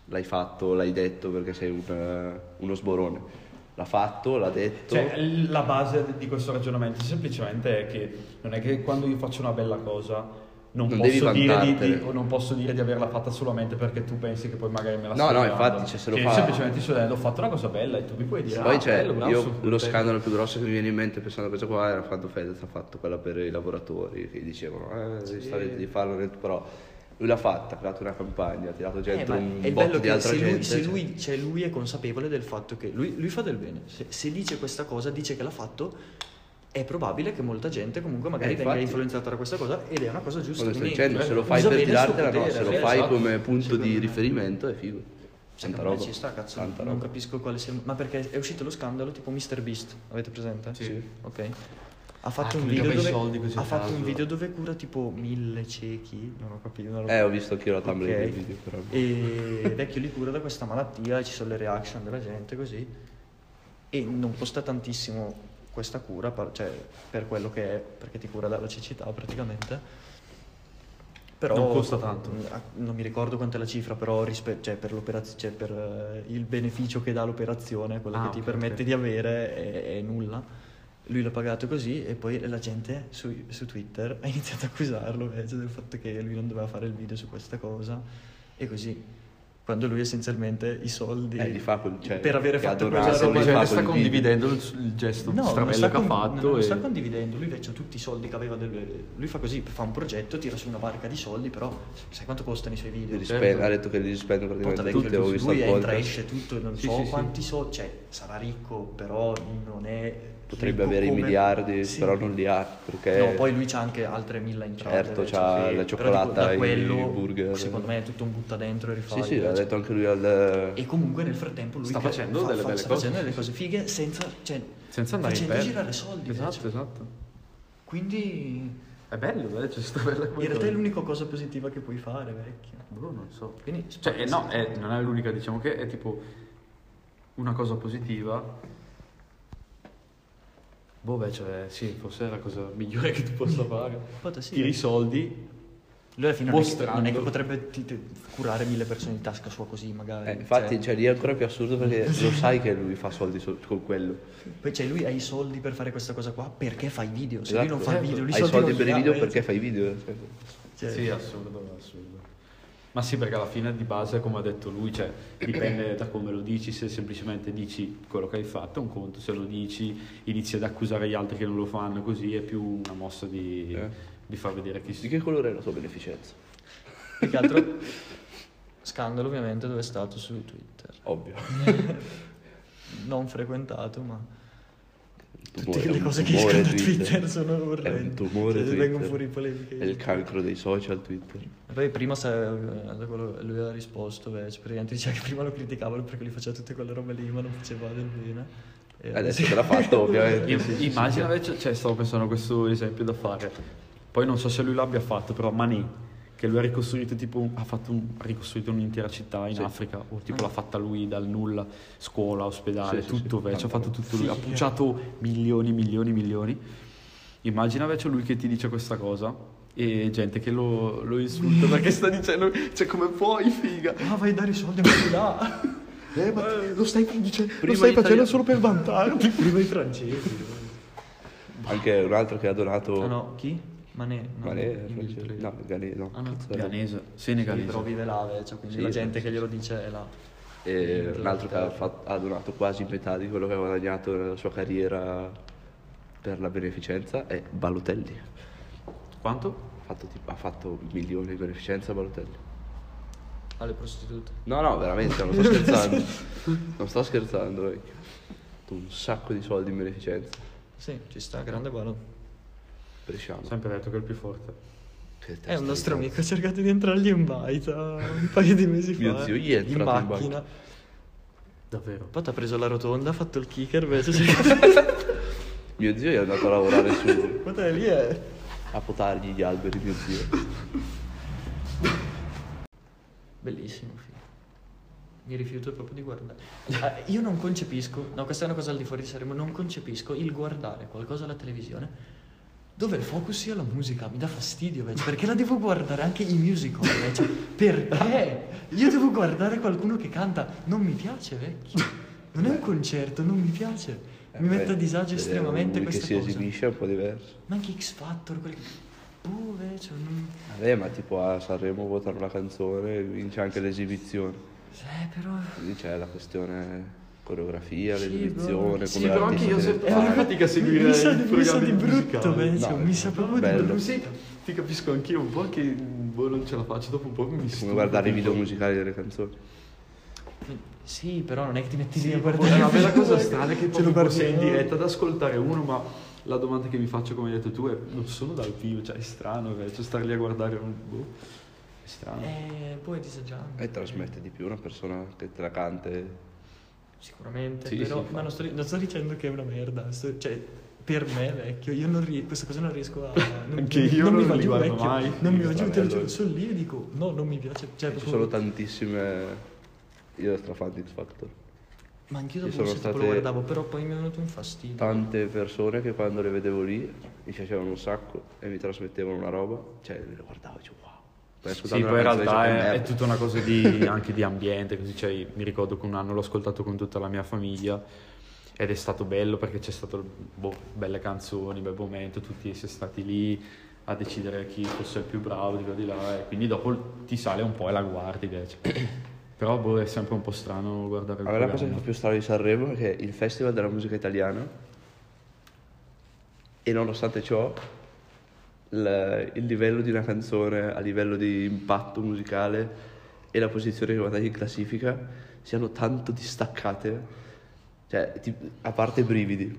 [SPEAKER 1] l'hai fatto, l'hai detto perché sei un, eh, uno sborone. L'ha fatto, l'ha detto.
[SPEAKER 3] Cioè, l- la base di- di questo ragionamento semplicemente è che non è che quando io faccio una bella cosa non,
[SPEAKER 1] Non devi
[SPEAKER 3] posso, dire di,
[SPEAKER 1] vantartene.
[SPEAKER 3] di- o non posso dire di averla fatta solamente perché tu pensi che poi magari me la
[SPEAKER 1] No,
[SPEAKER 3] stai
[SPEAKER 1] no,
[SPEAKER 3] dando.
[SPEAKER 1] infatti, cioè, se lo
[SPEAKER 3] Cioè,
[SPEAKER 1] fa-
[SPEAKER 3] semplicemente sto dicendo, ho fatto una cosa bella e tu mi puoi dire
[SPEAKER 1] Poi
[SPEAKER 3] "Ah,
[SPEAKER 1] c'è,
[SPEAKER 3] bello, bravo,
[SPEAKER 1] io,
[SPEAKER 3] sono
[SPEAKER 1] lo
[SPEAKER 3] contento".
[SPEAKER 1] scandalo più grosso che mi viene in mente pensando a questa qua era quando Fedez ha fatto quella per i lavoratori che dicevano eh, starete di farlo nel- però lui l'ha fatta, ha creato una campagna, ha tirato
[SPEAKER 2] Eh,
[SPEAKER 1] dentro
[SPEAKER 2] ma è
[SPEAKER 1] Certo, un
[SPEAKER 2] il bello
[SPEAKER 1] botto di
[SPEAKER 2] che
[SPEAKER 1] altra
[SPEAKER 2] se lui,
[SPEAKER 1] gente.
[SPEAKER 2] se
[SPEAKER 1] cioè.
[SPEAKER 2] lui, cioè lui è consapevole del fatto che lui, lui fa del bene. Se, se dice questa cosa, dice che l'ha fatto, è probabile che molta gente comunque magari
[SPEAKER 1] Eh,
[SPEAKER 2] venga
[SPEAKER 1] infatti.
[SPEAKER 2] influenzata da questa cosa ed è una cosa giusta.
[SPEAKER 1] Quello che sto
[SPEAKER 2] quindi,
[SPEAKER 1] dicendo,
[SPEAKER 2] eh,
[SPEAKER 1] se lo fai
[SPEAKER 2] usa
[SPEAKER 1] per
[SPEAKER 2] bene il suo
[SPEAKER 1] tirartela no, se
[SPEAKER 2] potere,
[SPEAKER 1] lo
[SPEAKER 2] eh,
[SPEAKER 1] fai
[SPEAKER 2] esatto.
[SPEAKER 1] come punto di
[SPEAKER 2] Secondo me-
[SPEAKER 1] riferimento è figo. Tanta
[SPEAKER 2] Secondo me
[SPEAKER 1] roba.
[SPEAKER 2] ci sta, cazzo.
[SPEAKER 1] Tanta
[SPEAKER 2] non
[SPEAKER 1] roba.
[SPEAKER 2] capisco quale sia. Ma perché è uscito lo scandalo tipo Mr. Beast, avete presente? Sì. Ok. Ha fatto,
[SPEAKER 4] Ah,
[SPEAKER 2] un,
[SPEAKER 4] pubblica
[SPEAKER 2] video
[SPEAKER 4] per i
[SPEAKER 2] dove,
[SPEAKER 4] soldi così
[SPEAKER 2] ha
[SPEAKER 4] a
[SPEAKER 2] fatto un
[SPEAKER 4] caso.
[SPEAKER 2] video dove cura tipo mille ciechi. Non ho capito. Non ho
[SPEAKER 1] Eh, ho visto anch'io la thumbnail
[SPEAKER 2] Ok.
[SPEAKER 1] del video però.
[SPEAKER 2] E vecchio li cura da questa malattia, e ci sono le reaction della gente così. E non costa tantissimo questa cura, par- cioè per quello che è, perché ti cura dalla cecità praticamente. Però
[SPEAKER 3] Non costa tanto.
[SPEAKER 2] Mm, ah, Non mi ricordo quanto è la cifra, però rispe- cioè, per, l'operaz- cioè, per eh, il beneficio che dà l'operazione, quello
[SPEAKER 3] Ah,
[SPEAKER 2] che ti
[SPEAKER 3] ok,
[SPEAKER 2] permette
[SPEAKER 3] ok.
[SPEAKER 2] di avere, è, è nulla. Lui l'ha pagato così e poi la gente su, su Twitter ha eh, cioè, iniziato a accusarlo invece del fatto che lui non doveva fare il video su questa cosa e così. quando lui essenzialmente i soldi
[SPEAKER 1] Eh, li fa quel- cioè,
[SPEAKER 2] per avere
[SPEAKER 1] che ha
[SPEAKER 2] fatto
[SPEAKER 1] donato,
[SPEAKER 2] quella
[SPEAKER 1] li
[SPEAKER 2] roba
[SPEAKER 1] fa
[SPEAKER 4] Cioè,
[SPEAKER 1] col
[SPEAKER 4] sta
[SPEAKER 1] video.
[SPEAKER 4] condividendo il, il gesto
[SPEAKER 2] No, non
[SPEAKER 4] stravello
[SPEAKER 2] sta,
[SPEAKER 4] che ha
[SPEAKER 2] con-
[SPEAKER 4] fatto.
[SPEAKER 2] non
[SPEAKER 4] e-
[SPEAKER 2] sta condividendo, lui invece ha tutti i soldi che aveva, del- lui fa così, fa un progetto, tira su una barca di soldi, però sai quanto costano i suoi video?
[SPEAKER 1] Li spende- ha detto che li spende
[SPEAKER 2] Porta
[SPEAKER 1] praticamente
[SPEAKER 2] vecchio,
[SPEAKER 1] tutti, avevo visto
[SPEAKER 2] lui
[SPEAKER 1] al
[SPEAKER 2] entra,
[SPEAKER 1] podcast.
[SPEAKER 2] esce tutto, non
[SPEAKER 4] Sì,
[SPEAKER 2] so
[SPEAKER 4] sì, sì.
[SPEAKER 2] quanti soldi, cioè sarà ricco, però non è...
[SPEAKER 1] Potrebbe
[SPEAKER 2] ricco
[SPEAKER 1] avere i
[SPEAKER 2] come-
[SPEAKER 1] miliardi,
[SPEAKER 2] Sì.
[SPEAKER 1] però non li ha, perché...
[SPEAKER 2] No, poi lui c'ha anche altre mille entrate.
[SPEAKER 1] Certo,
[SPEAKER 2] cioè,
[SPEAKER 1] c'ha
[SPEAKER 2] sì.
[SPEAKER 1] la
[SPEAKER 2] Però
[SPEAKER 1] cioccolata,
[SPEAKER 2] dico, da
[SPEAKER 1] i
[SPEAKER 2] quello,
[SPEAKER 1] burger.
[SPEAKER 2] Secondo me è tutto un butta dentro e
[SPEAKER 1] Sì,
[SPEAKER 2] rifai.
[SPEAKER 1] sì, l'ha
[SPEAKER 2] cioè.
[SPEAKER 1] detto anche lui al... eh,
[SPEAKER 2] E comunque nel frattempo lui
[SPEAKER 4] Sta
[SPEAKER 2] cre-
[SPEAKER 4] facendo delle belle
[SPEAKER 2] sta
[SPEAKER 4] cose.
[SPEAKER 2] facendo delle cose fighe senza, cioè,
[SPEAKER 4] Senza andare in
[SPEAKER 2] facendo
[SPEAKER 4] perdita.
[SPEAKER 2] girare soldi.
[SPEAKER 4] Esatto,
[SPEAKER 2] cioè.
[SPEAKER 4] esatto.
[SPEAKER 2] Quindi
[SPEAKER 4] È bello, eh, c'è sta bella
[SPEAKER 2] in realtà è l'unica cosa positiva che puoi fare, vecchio.
[SPEAKER 4] Boh, non so.
[SPEAKER 2] Quindi
[SPEAKER 4] Cioè, eh, no, è- non è l'unica, diciamo che è tipo una cosa positiva. Boh, beh, cioè, sì, forse è la cosa migliore che tu [LAUGHS] possa fare.
[SPEAKER 2] Guarda, sì.
[SPEAKER 4] Tiri i soldi.
[SPEAKER 2] Lui alla fine Boh, non è, che,
[SPEAKER 4] mostrando.
[SPEAKER 2] non è che potrebbe ti- ti- curare mille persone in tasca sua così, magari.
[SPEAKER 1] Eh, infatti,
[SPEAKER 2] cioè.
[SPEAKER 1] cioè, lì è ancora più assurdo
[SPEAKER 2] [LAUGHS]
[SPEAKER 1] perché lo sai che lui fa soldi so- con quello.
[SPEAKER 2] Poi cioè, lui ha i soldi per fare questa cosa qua perché fa i video. Se Cioè, lui
[SPEAKER 1] Esatto.
[SPEAKER 2] non fa i video, lui
[SPEAKER 1] Hai i soldi
[SPEAKER 2] non
[SPEAKER 1] per
[SPEAKER 2] li
[SPEAKER 1] i
[SPEAKER 2] ha,
[SPEAKER 1] video
[SPEAKER 2] eh.
[SPEAKER 1] perché fai i video. cioè.
[SPEAKER 2] Cioè,
[SPEAKER 4] Sì, assurdo, assurdo. Ma sì, perché alla fine di base, come ha detto lui, cioè, dipende da come lo dici, se semplicemente dici quello che hai fatto è un conto, se lo dici inizi ad accusare gli altri che non lo fanno, così è più una mossa di,
[SPEAKER 1] Eh.
[SPEAKER 4] di far vedere chi
[SPEAKER 1] Di
[SPEAKER 4] si...
[SPEAKER 1] che colore è la sua beneficenza?
[SPEAKER 2] Più che altro [LAUGHS] scandalo ovviamente dove è stato su Twitter.
[SPEAKER 1] Ovvio.
[SPEAKER 2] Non frequentato, ma
[SPEAKER 1] Tumore,
[SPEAKER 2] tutte
[SPEAKER 1] è
[SPEAKER 2] le
[SPEAKER 1] un
[SPEAKER 2] cose che
[SPEAKER 1] tumore
[SPEAKER 2] escono da Twitter sono
[SPEAKER 1] È un
[SPEAKER 2] orrende.
[SPEAKER 1] tumore
[SPEAKER 2] Cioè,
[SPEAKER 1] Twitter.
[SPEAKER 2] vengono fuori polemiche.
[SPEAKER 1] È il cancro dei social Twitter.
[SPEAKER 2] E Poi prima sa- eh, da quello- lui ha risposto, beh, cioè, praticamente diceva che prima lo criticavano perché lui faceva tutte quelle robe lì, ma non faceva del bene. E
[SPEAKER 1] Adesso te l'ha fatto,
[SPEAKER 2] [LAUGHS]
[SPEAKER 1] ovviamente. Sì, sì,
[SPEAKER 4] Immagina invece, cioè, stavo pensando a questo esempio da fare, poi non so se lui l'abbia fatto, però Mané, che lui ha ricostruito tipo, un- ha, fatto un- ha ricostruito un'intera città in Africa, o
[SPEAKER 2] Ah.
[SPEAKER 4] tipo l'ha fatta lui dal nulla, scuola, ospedale,
[SPEAKER 1] Sì, sì, sì,
[SPEAKER 4] tutto, invece, ha
[SPEAKER 1] tanta
[SPEAKER 4] fatto tutto lui, ha punciato milioni, milioni, milioni. Immagina invece lui che ti dice questa cosa e gente che lo, lo insulta perché sta dicendo, cioè come puoi figa?
[SPEAKER 2] Ah, vai a dare i soldi a quelli [LAUGHS] là.
[SPEAKER 4] Eh, ma lo stai, dice, lo
[SPEAKER 2] Prima
[SPEAKER 4] stai
[SPEAKER 2] gli
[SPEAKER 4] facendo
[SPEAKER 2] italiani-
[SPEAKER 4] solo per vantarti.
[SPEAKER 2] prima i francesi.
[SPEAKER 1] Anche un altro che ha donato...
[SPEAKER 2] Ah no, chi? Mané. No,
[SPEAKER 1] Qual è?
[SPEAKER 2] Inghilterra.
[SPEAKER 1] No, Ghanese, no.
[SPEAKER 2] Ah, no.
[SPEAKER 1] Cazzo era?
[SPEAKER 4] Ganese,
[SPEAKER 2] Sì,
[SPEAKER 4] senegalese.
[SPEAKER 2] però vive là, beh, cioè, quindi
[SPEAKER 1] Sì,
[SPEAKER 2] la
[SPEAKER 1] sì,
[SPEAKER 2] gente
[SPEAKER 1] sì,
[SPEAKER 2] che glielo dice è là.
[SPEAKER 1] E un altro che ha, fatto- ha donato quasi metà di quello che ha guadagnato nella sua carriera per la beneficenza è Balotelli.
[SPEAKER 4] Quanto?
[SPEAKER 1] Ha fatto, tipo- ha fatto milioni di beneficenza Balotelli.
[SPEAKER 2] Alle prostitute.
[SPEAKER 1] No, no, veramente,
[SPEAKER 2] [LAUGHS]
[SPEAKER 1] non sto scherzando. non sto scherzando, vecchio. Ha fatto un sacco di soldi in beneficenza.
[SPEAKER 2] Sì, ci sta, grande ballo.
[SPEAKER 1] Bresciano.
[SPEAKER 4] Sempre detto che è il più forte.
[SPEAKER 1] Che testa
[SPEAKER 2] È Eh, un
[SPEAKER 1] di
[SPEAKER 2] nostro
[SPEAKER 1] cazzo.
[SPEAKER 2] amico, ha cercato di entrargli in baita un paio di mesi fa.
[SPEAKER 1] Mio zio gli è entrato in
[SPEAKER 2] in macchina.
[SPEAKER 4] Davvero.
[SPEAKER 2] Poi ha preso la rotonda, ha fatto il kicker, invece
[SPEAKER 1] [LAUGHS]
[SPEAKER 2] si
[SPEAKER 1] Mio zio è andato a lavorare su. [LAUGHS]
[SPEAKER 2] Ma te lì è...
[SPEAKER 1] a potargli gli alberi, mio zio.
[SPEAKER 2] Bellissimo, figo. Mi rifiuto proprio di guardare. Ah, io non concepisco, no, questa è una cosa al di fuori di Sanremo, non concepisco il guardare qualcosa alla televisione dove il focus sia la musica, mi dà fastidio, invece, perché la devo guardare anche i musical, invece. Perché? Io devo guardare qualcuno che canta, non mi piace, vecchio. Non è un concerto, non mi piace. Mi mette a disagio estremamente
[SPEAKER 1] Eh, Lui che
[SPEAKER 2] questa
[SPEAKER 1] si
[SPEAKER 2] cosa.
[SPEAKER 1] esibisce è un po' diverso.
[SPEAKER 2] Ma anche X Factor, quel... Boh, invece, non...
[SPEAKER 1] Vabbè, ma tipo a Sanremo votano la canzone e vince anche l'esibizione.
[SPEAKER 2] Eh, però...
[SPEAKER 1] Lì c'è la questione coreografia,
[SPEAKER 2] Sì,
[SPEAKER 1] l'esibizione,
[SPEAKER 2] bro.
[SPEAKER 1] come l'artista se ne
[SPEAKER 4] faccio
[SPEAKER 1] parla.
[SPEAKER 4] fatica a
[SPEAKER 2] Eh, Mi, mi sa,
[SPEAKER 4] i
[SPEAKER 2] mi sa di
[SPEAKER 4] programmi
[SPEAKER 2] brutto,
[SPEAKER 4] musicali.
[SPEAKER 2] penso,
[SPEAKER 1] No,
[SPEAKER 2] mi sa proprio di
[SPEAKER 1] bello.
[SPEAKER 2] brutto.
[SPEAKER 4] Sì, ti capisco anch'io un po' che boh, non ce la faccio, dopo un po' mi
[SPEAKER 1] [LAUGHS] Come
[SPEAKER 4] stufo,
[SPEAKER 1] guardare i
[SPEAKER 4] tipo.
[SPEAKER 1] video musicali delle canzoni.
[SPEAKER 2] Sì, però non è che ti metti lì a
[SPEAKER 4] Boh,
[SPEAKER 2] guardare.
[SPEAKER 4] È una bella
[SPEAKER 2] il film,
[SPEAKER 4] [LAUGHS] cosa strana che
[SPEAKER 2] ce
[SPEAKER 4] proprio
[SPEAKER 2] lo
[SPEAKER 4] poi sei in
[SPEAKER 2] guardiamo.
[SPEAKER 4] diretta ad ascoltare uno, ma la domanda che mi faccio, come hai detto tu, è non sono dal vivo, cioè è strano, eh, cioè, star lì a guardare un... Boh, è strano.
[SPEAKER 2] Eh, poi è disagiante.
[SPEAKER 1] E trasmette di più una persona che te la canta.
[SPEAKER 2] Sicuramente,
[SPEAKER 4] Sì, sì,
[SPEAKER 2] però,
[SPEAKER 4] infatti.
[SPEAKER 2] ma non sto, non sto dicendo che è una merda. sto- cioè, per me, vecchio, io non rie- questa cosa non riesco a. Non,
[SPEAKER 4] Anche io non
[SPEAKER 2] mi va
[SPEAKER 4] li
[SPEAKER 2] giù,
[SPEAKER 4] guardo
[SPEAKER 2] vecchio,
[SPEAKER 4] mai.
[SPEAKER 2] Non mi va giù, te lo
[SPEAKER 1] Vabbè,
[SPEAKER 2] giuro,
[SPEAKER 1] allora.
[SPEAKER 2] sono lì e dico, no, non mi piace. Cioè,
[SPEAKER 1] Ci
[SPEAKER 2] proprio-
[SPEAKER 1] sono tantissime. Io ero fan di X Factor.
[SPEAKER 2] ma anche
[SPEAKER 1] ci
[SPEAKER 2] io dopo un
[SPEAKER 1] sono
[SPEAKER 2] set lo
[SPEAKER 1] state-
[SPEAKER 2] guardavo, però poi mi è venuto un fastidio.
[SPEAKER 1] Tante persone che quando le vedevo lì mi piacevano un sacco e mi trasmettevano una roba. Cioè, le guardavo e dicevo wow. Poi
[SPEAKER 3] Sì,
[SPEAKER 1] ascoltavo
[SPEAKER 3] poi
[SPEAKER 1] una
[SPEAKER 3] in
[SPEAKER 1] canzone
[SPEAKER 3] realtà
[SPEAKER 1] e dicevo, "Che
[SPEAKER 3] è, è
[SPEAKER 1] merda".
[SPEAKER 3] tutta una cosa di- anche di ambiente, così cioè, mi ricordo che un anno l'ho ascoltato con tutta la mia famiglia ed è stato bello perché c'è stato boh, belle canzoni, bel momento, tutti si è stati lì a
[SPEAKER 1] [COUGHS]
[SPEAKER 3] decidere chi fosse il più bravo di qua di là e quindi dopo ti sale un po' e la guardi. eh, cioè. Però boh, è sempre un po' strano guardare il
[SPEAKER 1] A me la cosa che fa
[SPEAKER 3] programma.
[SPEAKER 1] più strano di Sanremo è che il Festival della Musica Italiana e nonostante ciò il, il livello di una canzone a livello di impatto musicale e la posizione che guadagna in classifica siano tanto distaccate, cioè ti- a parte Brividi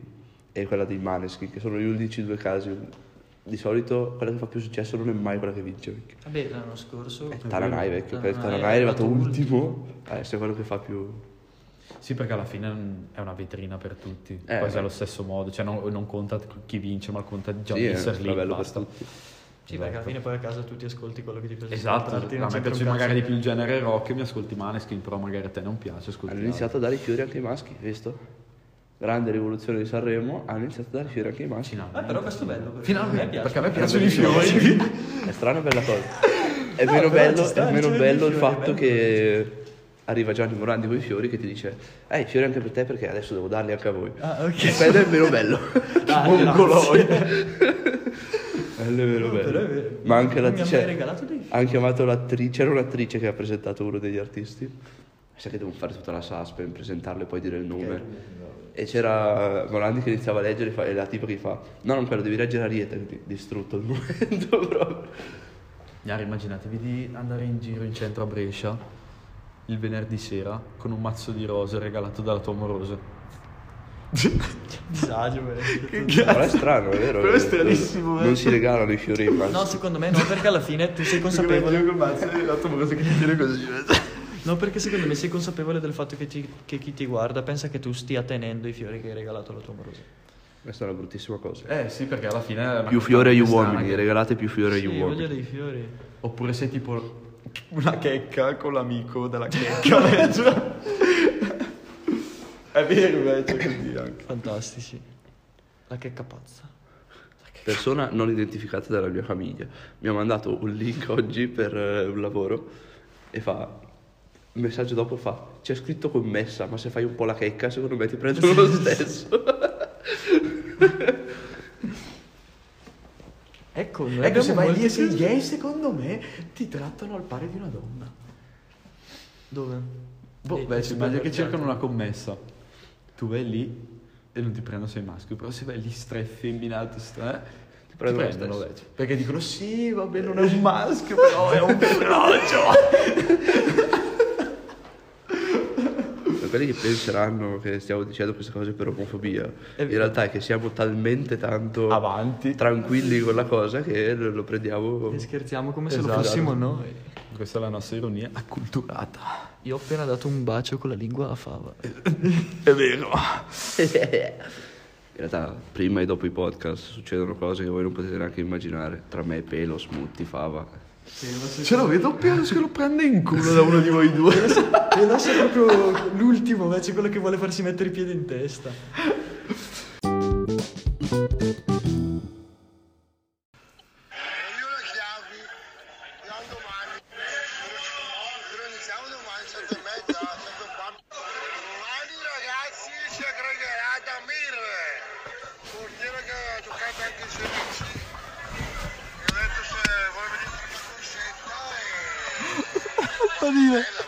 [SPEAKER 1] e quella dei Maneschi, che sono gli unici due casi. Di solito quella che fa più successo non è mai quella che vince. perché-
[SPEAKER 2] Vabbè, l'anno scorso... Eh,
[SPEAKER 1] È Taranai Eh, vecchio, perché Taranai
[SPEAKER 2] Taranai
[SPEAKER 1] è arrivato ultimo, adesso è quello che fa più...
[SPEAKER 3] Sì, perché alla fine mm, è una vetrina per tutti,
[SPEAKER 1] Eh,
[SPEAKER 3] quasi
[SPEAKER 1] beh.
[SPEAKER 3] allo stesso modo. Cioè, non, non conta chi vince, ma conta
[SPEAKER 2] Cioè,
[SPEAKER 3] già
[SPEAKER 1] Sì,
[SPEAKER 3] di
[SPEAKER 1] è
[SPEAKER 3] essere lì.
[SPEAKER 1] bello per
[SPEAKER 3] basta.
[SPEAKER 1] tutti.
[SPEAKER 2] Sì, perché alla fine poi a casa tu ti ascolti quello che ti piace.
[SPEAKER 3] Esatto,
[SPEAKER 2] ascoltarti, non
[SPEAKER 3] a me
[SPEAKER 2] c'entra un
[SPEAKER 3] piace
[SPEAKER 2] cazzo.
[SPEAKER 3] magari di più il genere rock, mi ascolti Maneskin, però magari a te non piace, ascolti
[SPEAKER 1] Hanno
[SPEAKER 3] altri.
[SPEAKER 1] iniziato a dare i fiori anche ai maschi, visto? Grande rivoluzione di Sanremo, hanno iniziato a dare i fiori anche ai maschi.
[SPEAKER 2] Ah, però questo è bello. perché a me
[SPEAKER 4] Finalmente,
[SPEAKER 2] piace.
[SPEAKER 4] perché a me piacciono i fiori.
[SPEAKER 1] È strana e bella cosa. È
[SPEAKER 2] [LAUGHS] No,
[SPEAKER 1] meno
[SPEAKER 2] però
[SPEAKER 1] bello,
[SPEAKER 2] ci sta,
[SPEAKER 1] è
[SPEAKER 2] il
[SPEAKER 1] meno
[SPEAKER 2] fiore
[SPEAKER 1] bello
[SPEAKER 2] dei
[SPEAKER 1] il
[SPEAKER 2] fiori,
[SPEAKER 1] fatto
[SPEAKER 2] bello.
[SPEAKER 1] che arriva Gianni Morandi con i fiori che ti dice Eh, i fiori anche per te perché adesso devo darli anche a voi.
[SPEAKER 2] Ah,
[SPEAKER 1] [LAUGHS]
[SPEAKER 2] ok.
[SPEAKER 1] Quello è meno
[SPEAKER 2] [LAUGHS]
[SPEAKER 1] bello.
[SPEAKER 2] Ah,
[SPEAKER 1] Mongoloi.
[SPEAKER 2] [LAUGHS] grazie.
[SPEAKER 1] Quello è meno
[SPEAKER 2] No,
[SPEAKER 1] bello.
[SPEAKER 2] però è vero.
[SPEAKER 1] Ma anche
[SPEAKER 2] Mi
[SPEAKER 1] la cioè,
[SPEAKER 2] hanno
[SPEAKER 1] c'è-
[SPEAKER 2] regalato dei
[SPEAKER 1] [LAUGHS] Hanno chiamato l'attrice, c'era un'attrice che ha presentato uno degli artisti. Sai che devo fare tutta la suspense, presentarlo e poi dire il nome. E c'era Morandi che iniziava a leggere e fa- e la tipa che fa No, non quello, devi leggere Ariete, quindi distrutto il [LAUGHS] momento proprio.
[SPEAKER 3] Gnari, immaginatevi di andare in giro in centro a Brescia il venerdì sera con un mazzo di rose regalato dalla tua amorosa.
[SPEAKER 2] disagio. veramente.
[SPEAKER 1] Però è strano, è vero?
[SPEAKER 4] Però è stranissimo,
[SPEAKER 1] Non
[SPEAKER 4] eh.
[SPEAKER 1] si regalano i fiori ai maschi.
[SPEAKER 2] No, secondo me no, perché alla fine tu sei consapevole.
[SPEAKER 4] Io col mazzo e l'altro cosa che ti tiene così.
[SPEAKER 2] No, perché secondo me sei consapevole del fatto che, ti- che chi ti guarda pensa che tu stia tenendo i fiori che hai regalato alla tua amorosa.
[SPEAKER 1] Questa è una bruttissima cosa.
[SPEAKER 3] Eh sì, perché alla fine... è una
[SPEAKER 1] Più
[SPEAKER 3] cosa
[SPEAKER 1] fiori agli
[SPEAKER 3] strana
[SPEAKER 1] uomini,
[SPEAKER 3] che-
[SPEAKER 1] regalate più fiori agli
[SPEAKER 2] sì, voglio
[SPEAKER 1] uomini.
[SPEAKER 2] dei fiori.
[SPEAKER 3] Oppure sei tipo...
[SPEAKER 4] Una checca con l'amico della checca. [LAUGHS] cioè. È vero, invece, così anche.
[SPEAKER 2] Fantastici. La checca pazza.
[SPEAKER 1] Persona non identificata dalla mia famiglia mi ha mandato un link oggi per eh, un lavoro e fa. Un messaggio dopo fa: C'è scritto commessa, ma se fai un po' la checca, secondo me ti prendono
[SPEAKER 3] [LAUGHS]
[SPEAKER 1] lo stesso.
[SPEAKER 2] Ecco, noi
[SPEAKER 4] Ecco, se
[SPEAKER 2] abbiamo
[SPEAKER 4] vai
[SPEAKER 2] molti
[SPEAKER 4] lì e sei
[SPEAKER 2] casi-
[SPEAKER 4] gay, secondo me ti trattano al pari di una donna.
[SPEAKER 2] Dove?
[SPEAKER 3] Boh,
[SPEAKER 2] Eh,
[SPEAKER 3] beh, ci immagino
[SPEAKER 2] supermercato.
[SPEAKER 3] che cercano una commessa. Tu vai lì e non ti prendono sei maschio, però se vai lì streffeminato, stra... ti
[SPEAKER 1] prendono lo
[SPEAKER 3] prendono,
[SPEAKER 1] stesso.
[SPEAKER 3] beh.
[SPEAKER 4] Perché dicono sì, vabbè, non è un maschio, però è un frocio.
[SPEAKER 1] Per quelli che penseranno che stiamo dicendo queste cose per omofobia,
[SPEAKER 2] È
[SPEAKER 1] in
[SPEAKER 2] vero.
[SPEAKER 1] realtà è che siamo talmente tanto
[SPEAKER 3] Avanti.
[SPEAKER 1] tranquilli con la cosa che lo lo prendiamo.
[SPEAKER 2] E scherziamo come se
[SPEAKER 3] Esatto.
[SPEAKER 2] lo fossimo noi.
[SPEAKER 3] Questa è la nostra ironia acculturata.
[SPEAKER 2] Io ho appena dato un bacio con la lingua a fava.
[SPEAKER 4] È vero.
[SPEAKER 1] In realtà, prima e dopo i podcast succedono cose che voi non potete neanche immaginare. Tra me, pelo, smutti, fava.
[SPEAKER 4] Ce lo vedo Piero che lo prende in culo da uno di voi due.
[SPEAKER 2] E là sei proprio l'ultimo, invece quello che vuole farsi mettere i piedi in testa.
[SPEAKER 6] io le chiavi non domani però iniziamo domani sette e mezza sette e quarto. domani ragazzi si aggregherà da Mirre portiere che ha giocato anche in Serie C mi ha detto se vuoi venire a fare una corsetta e...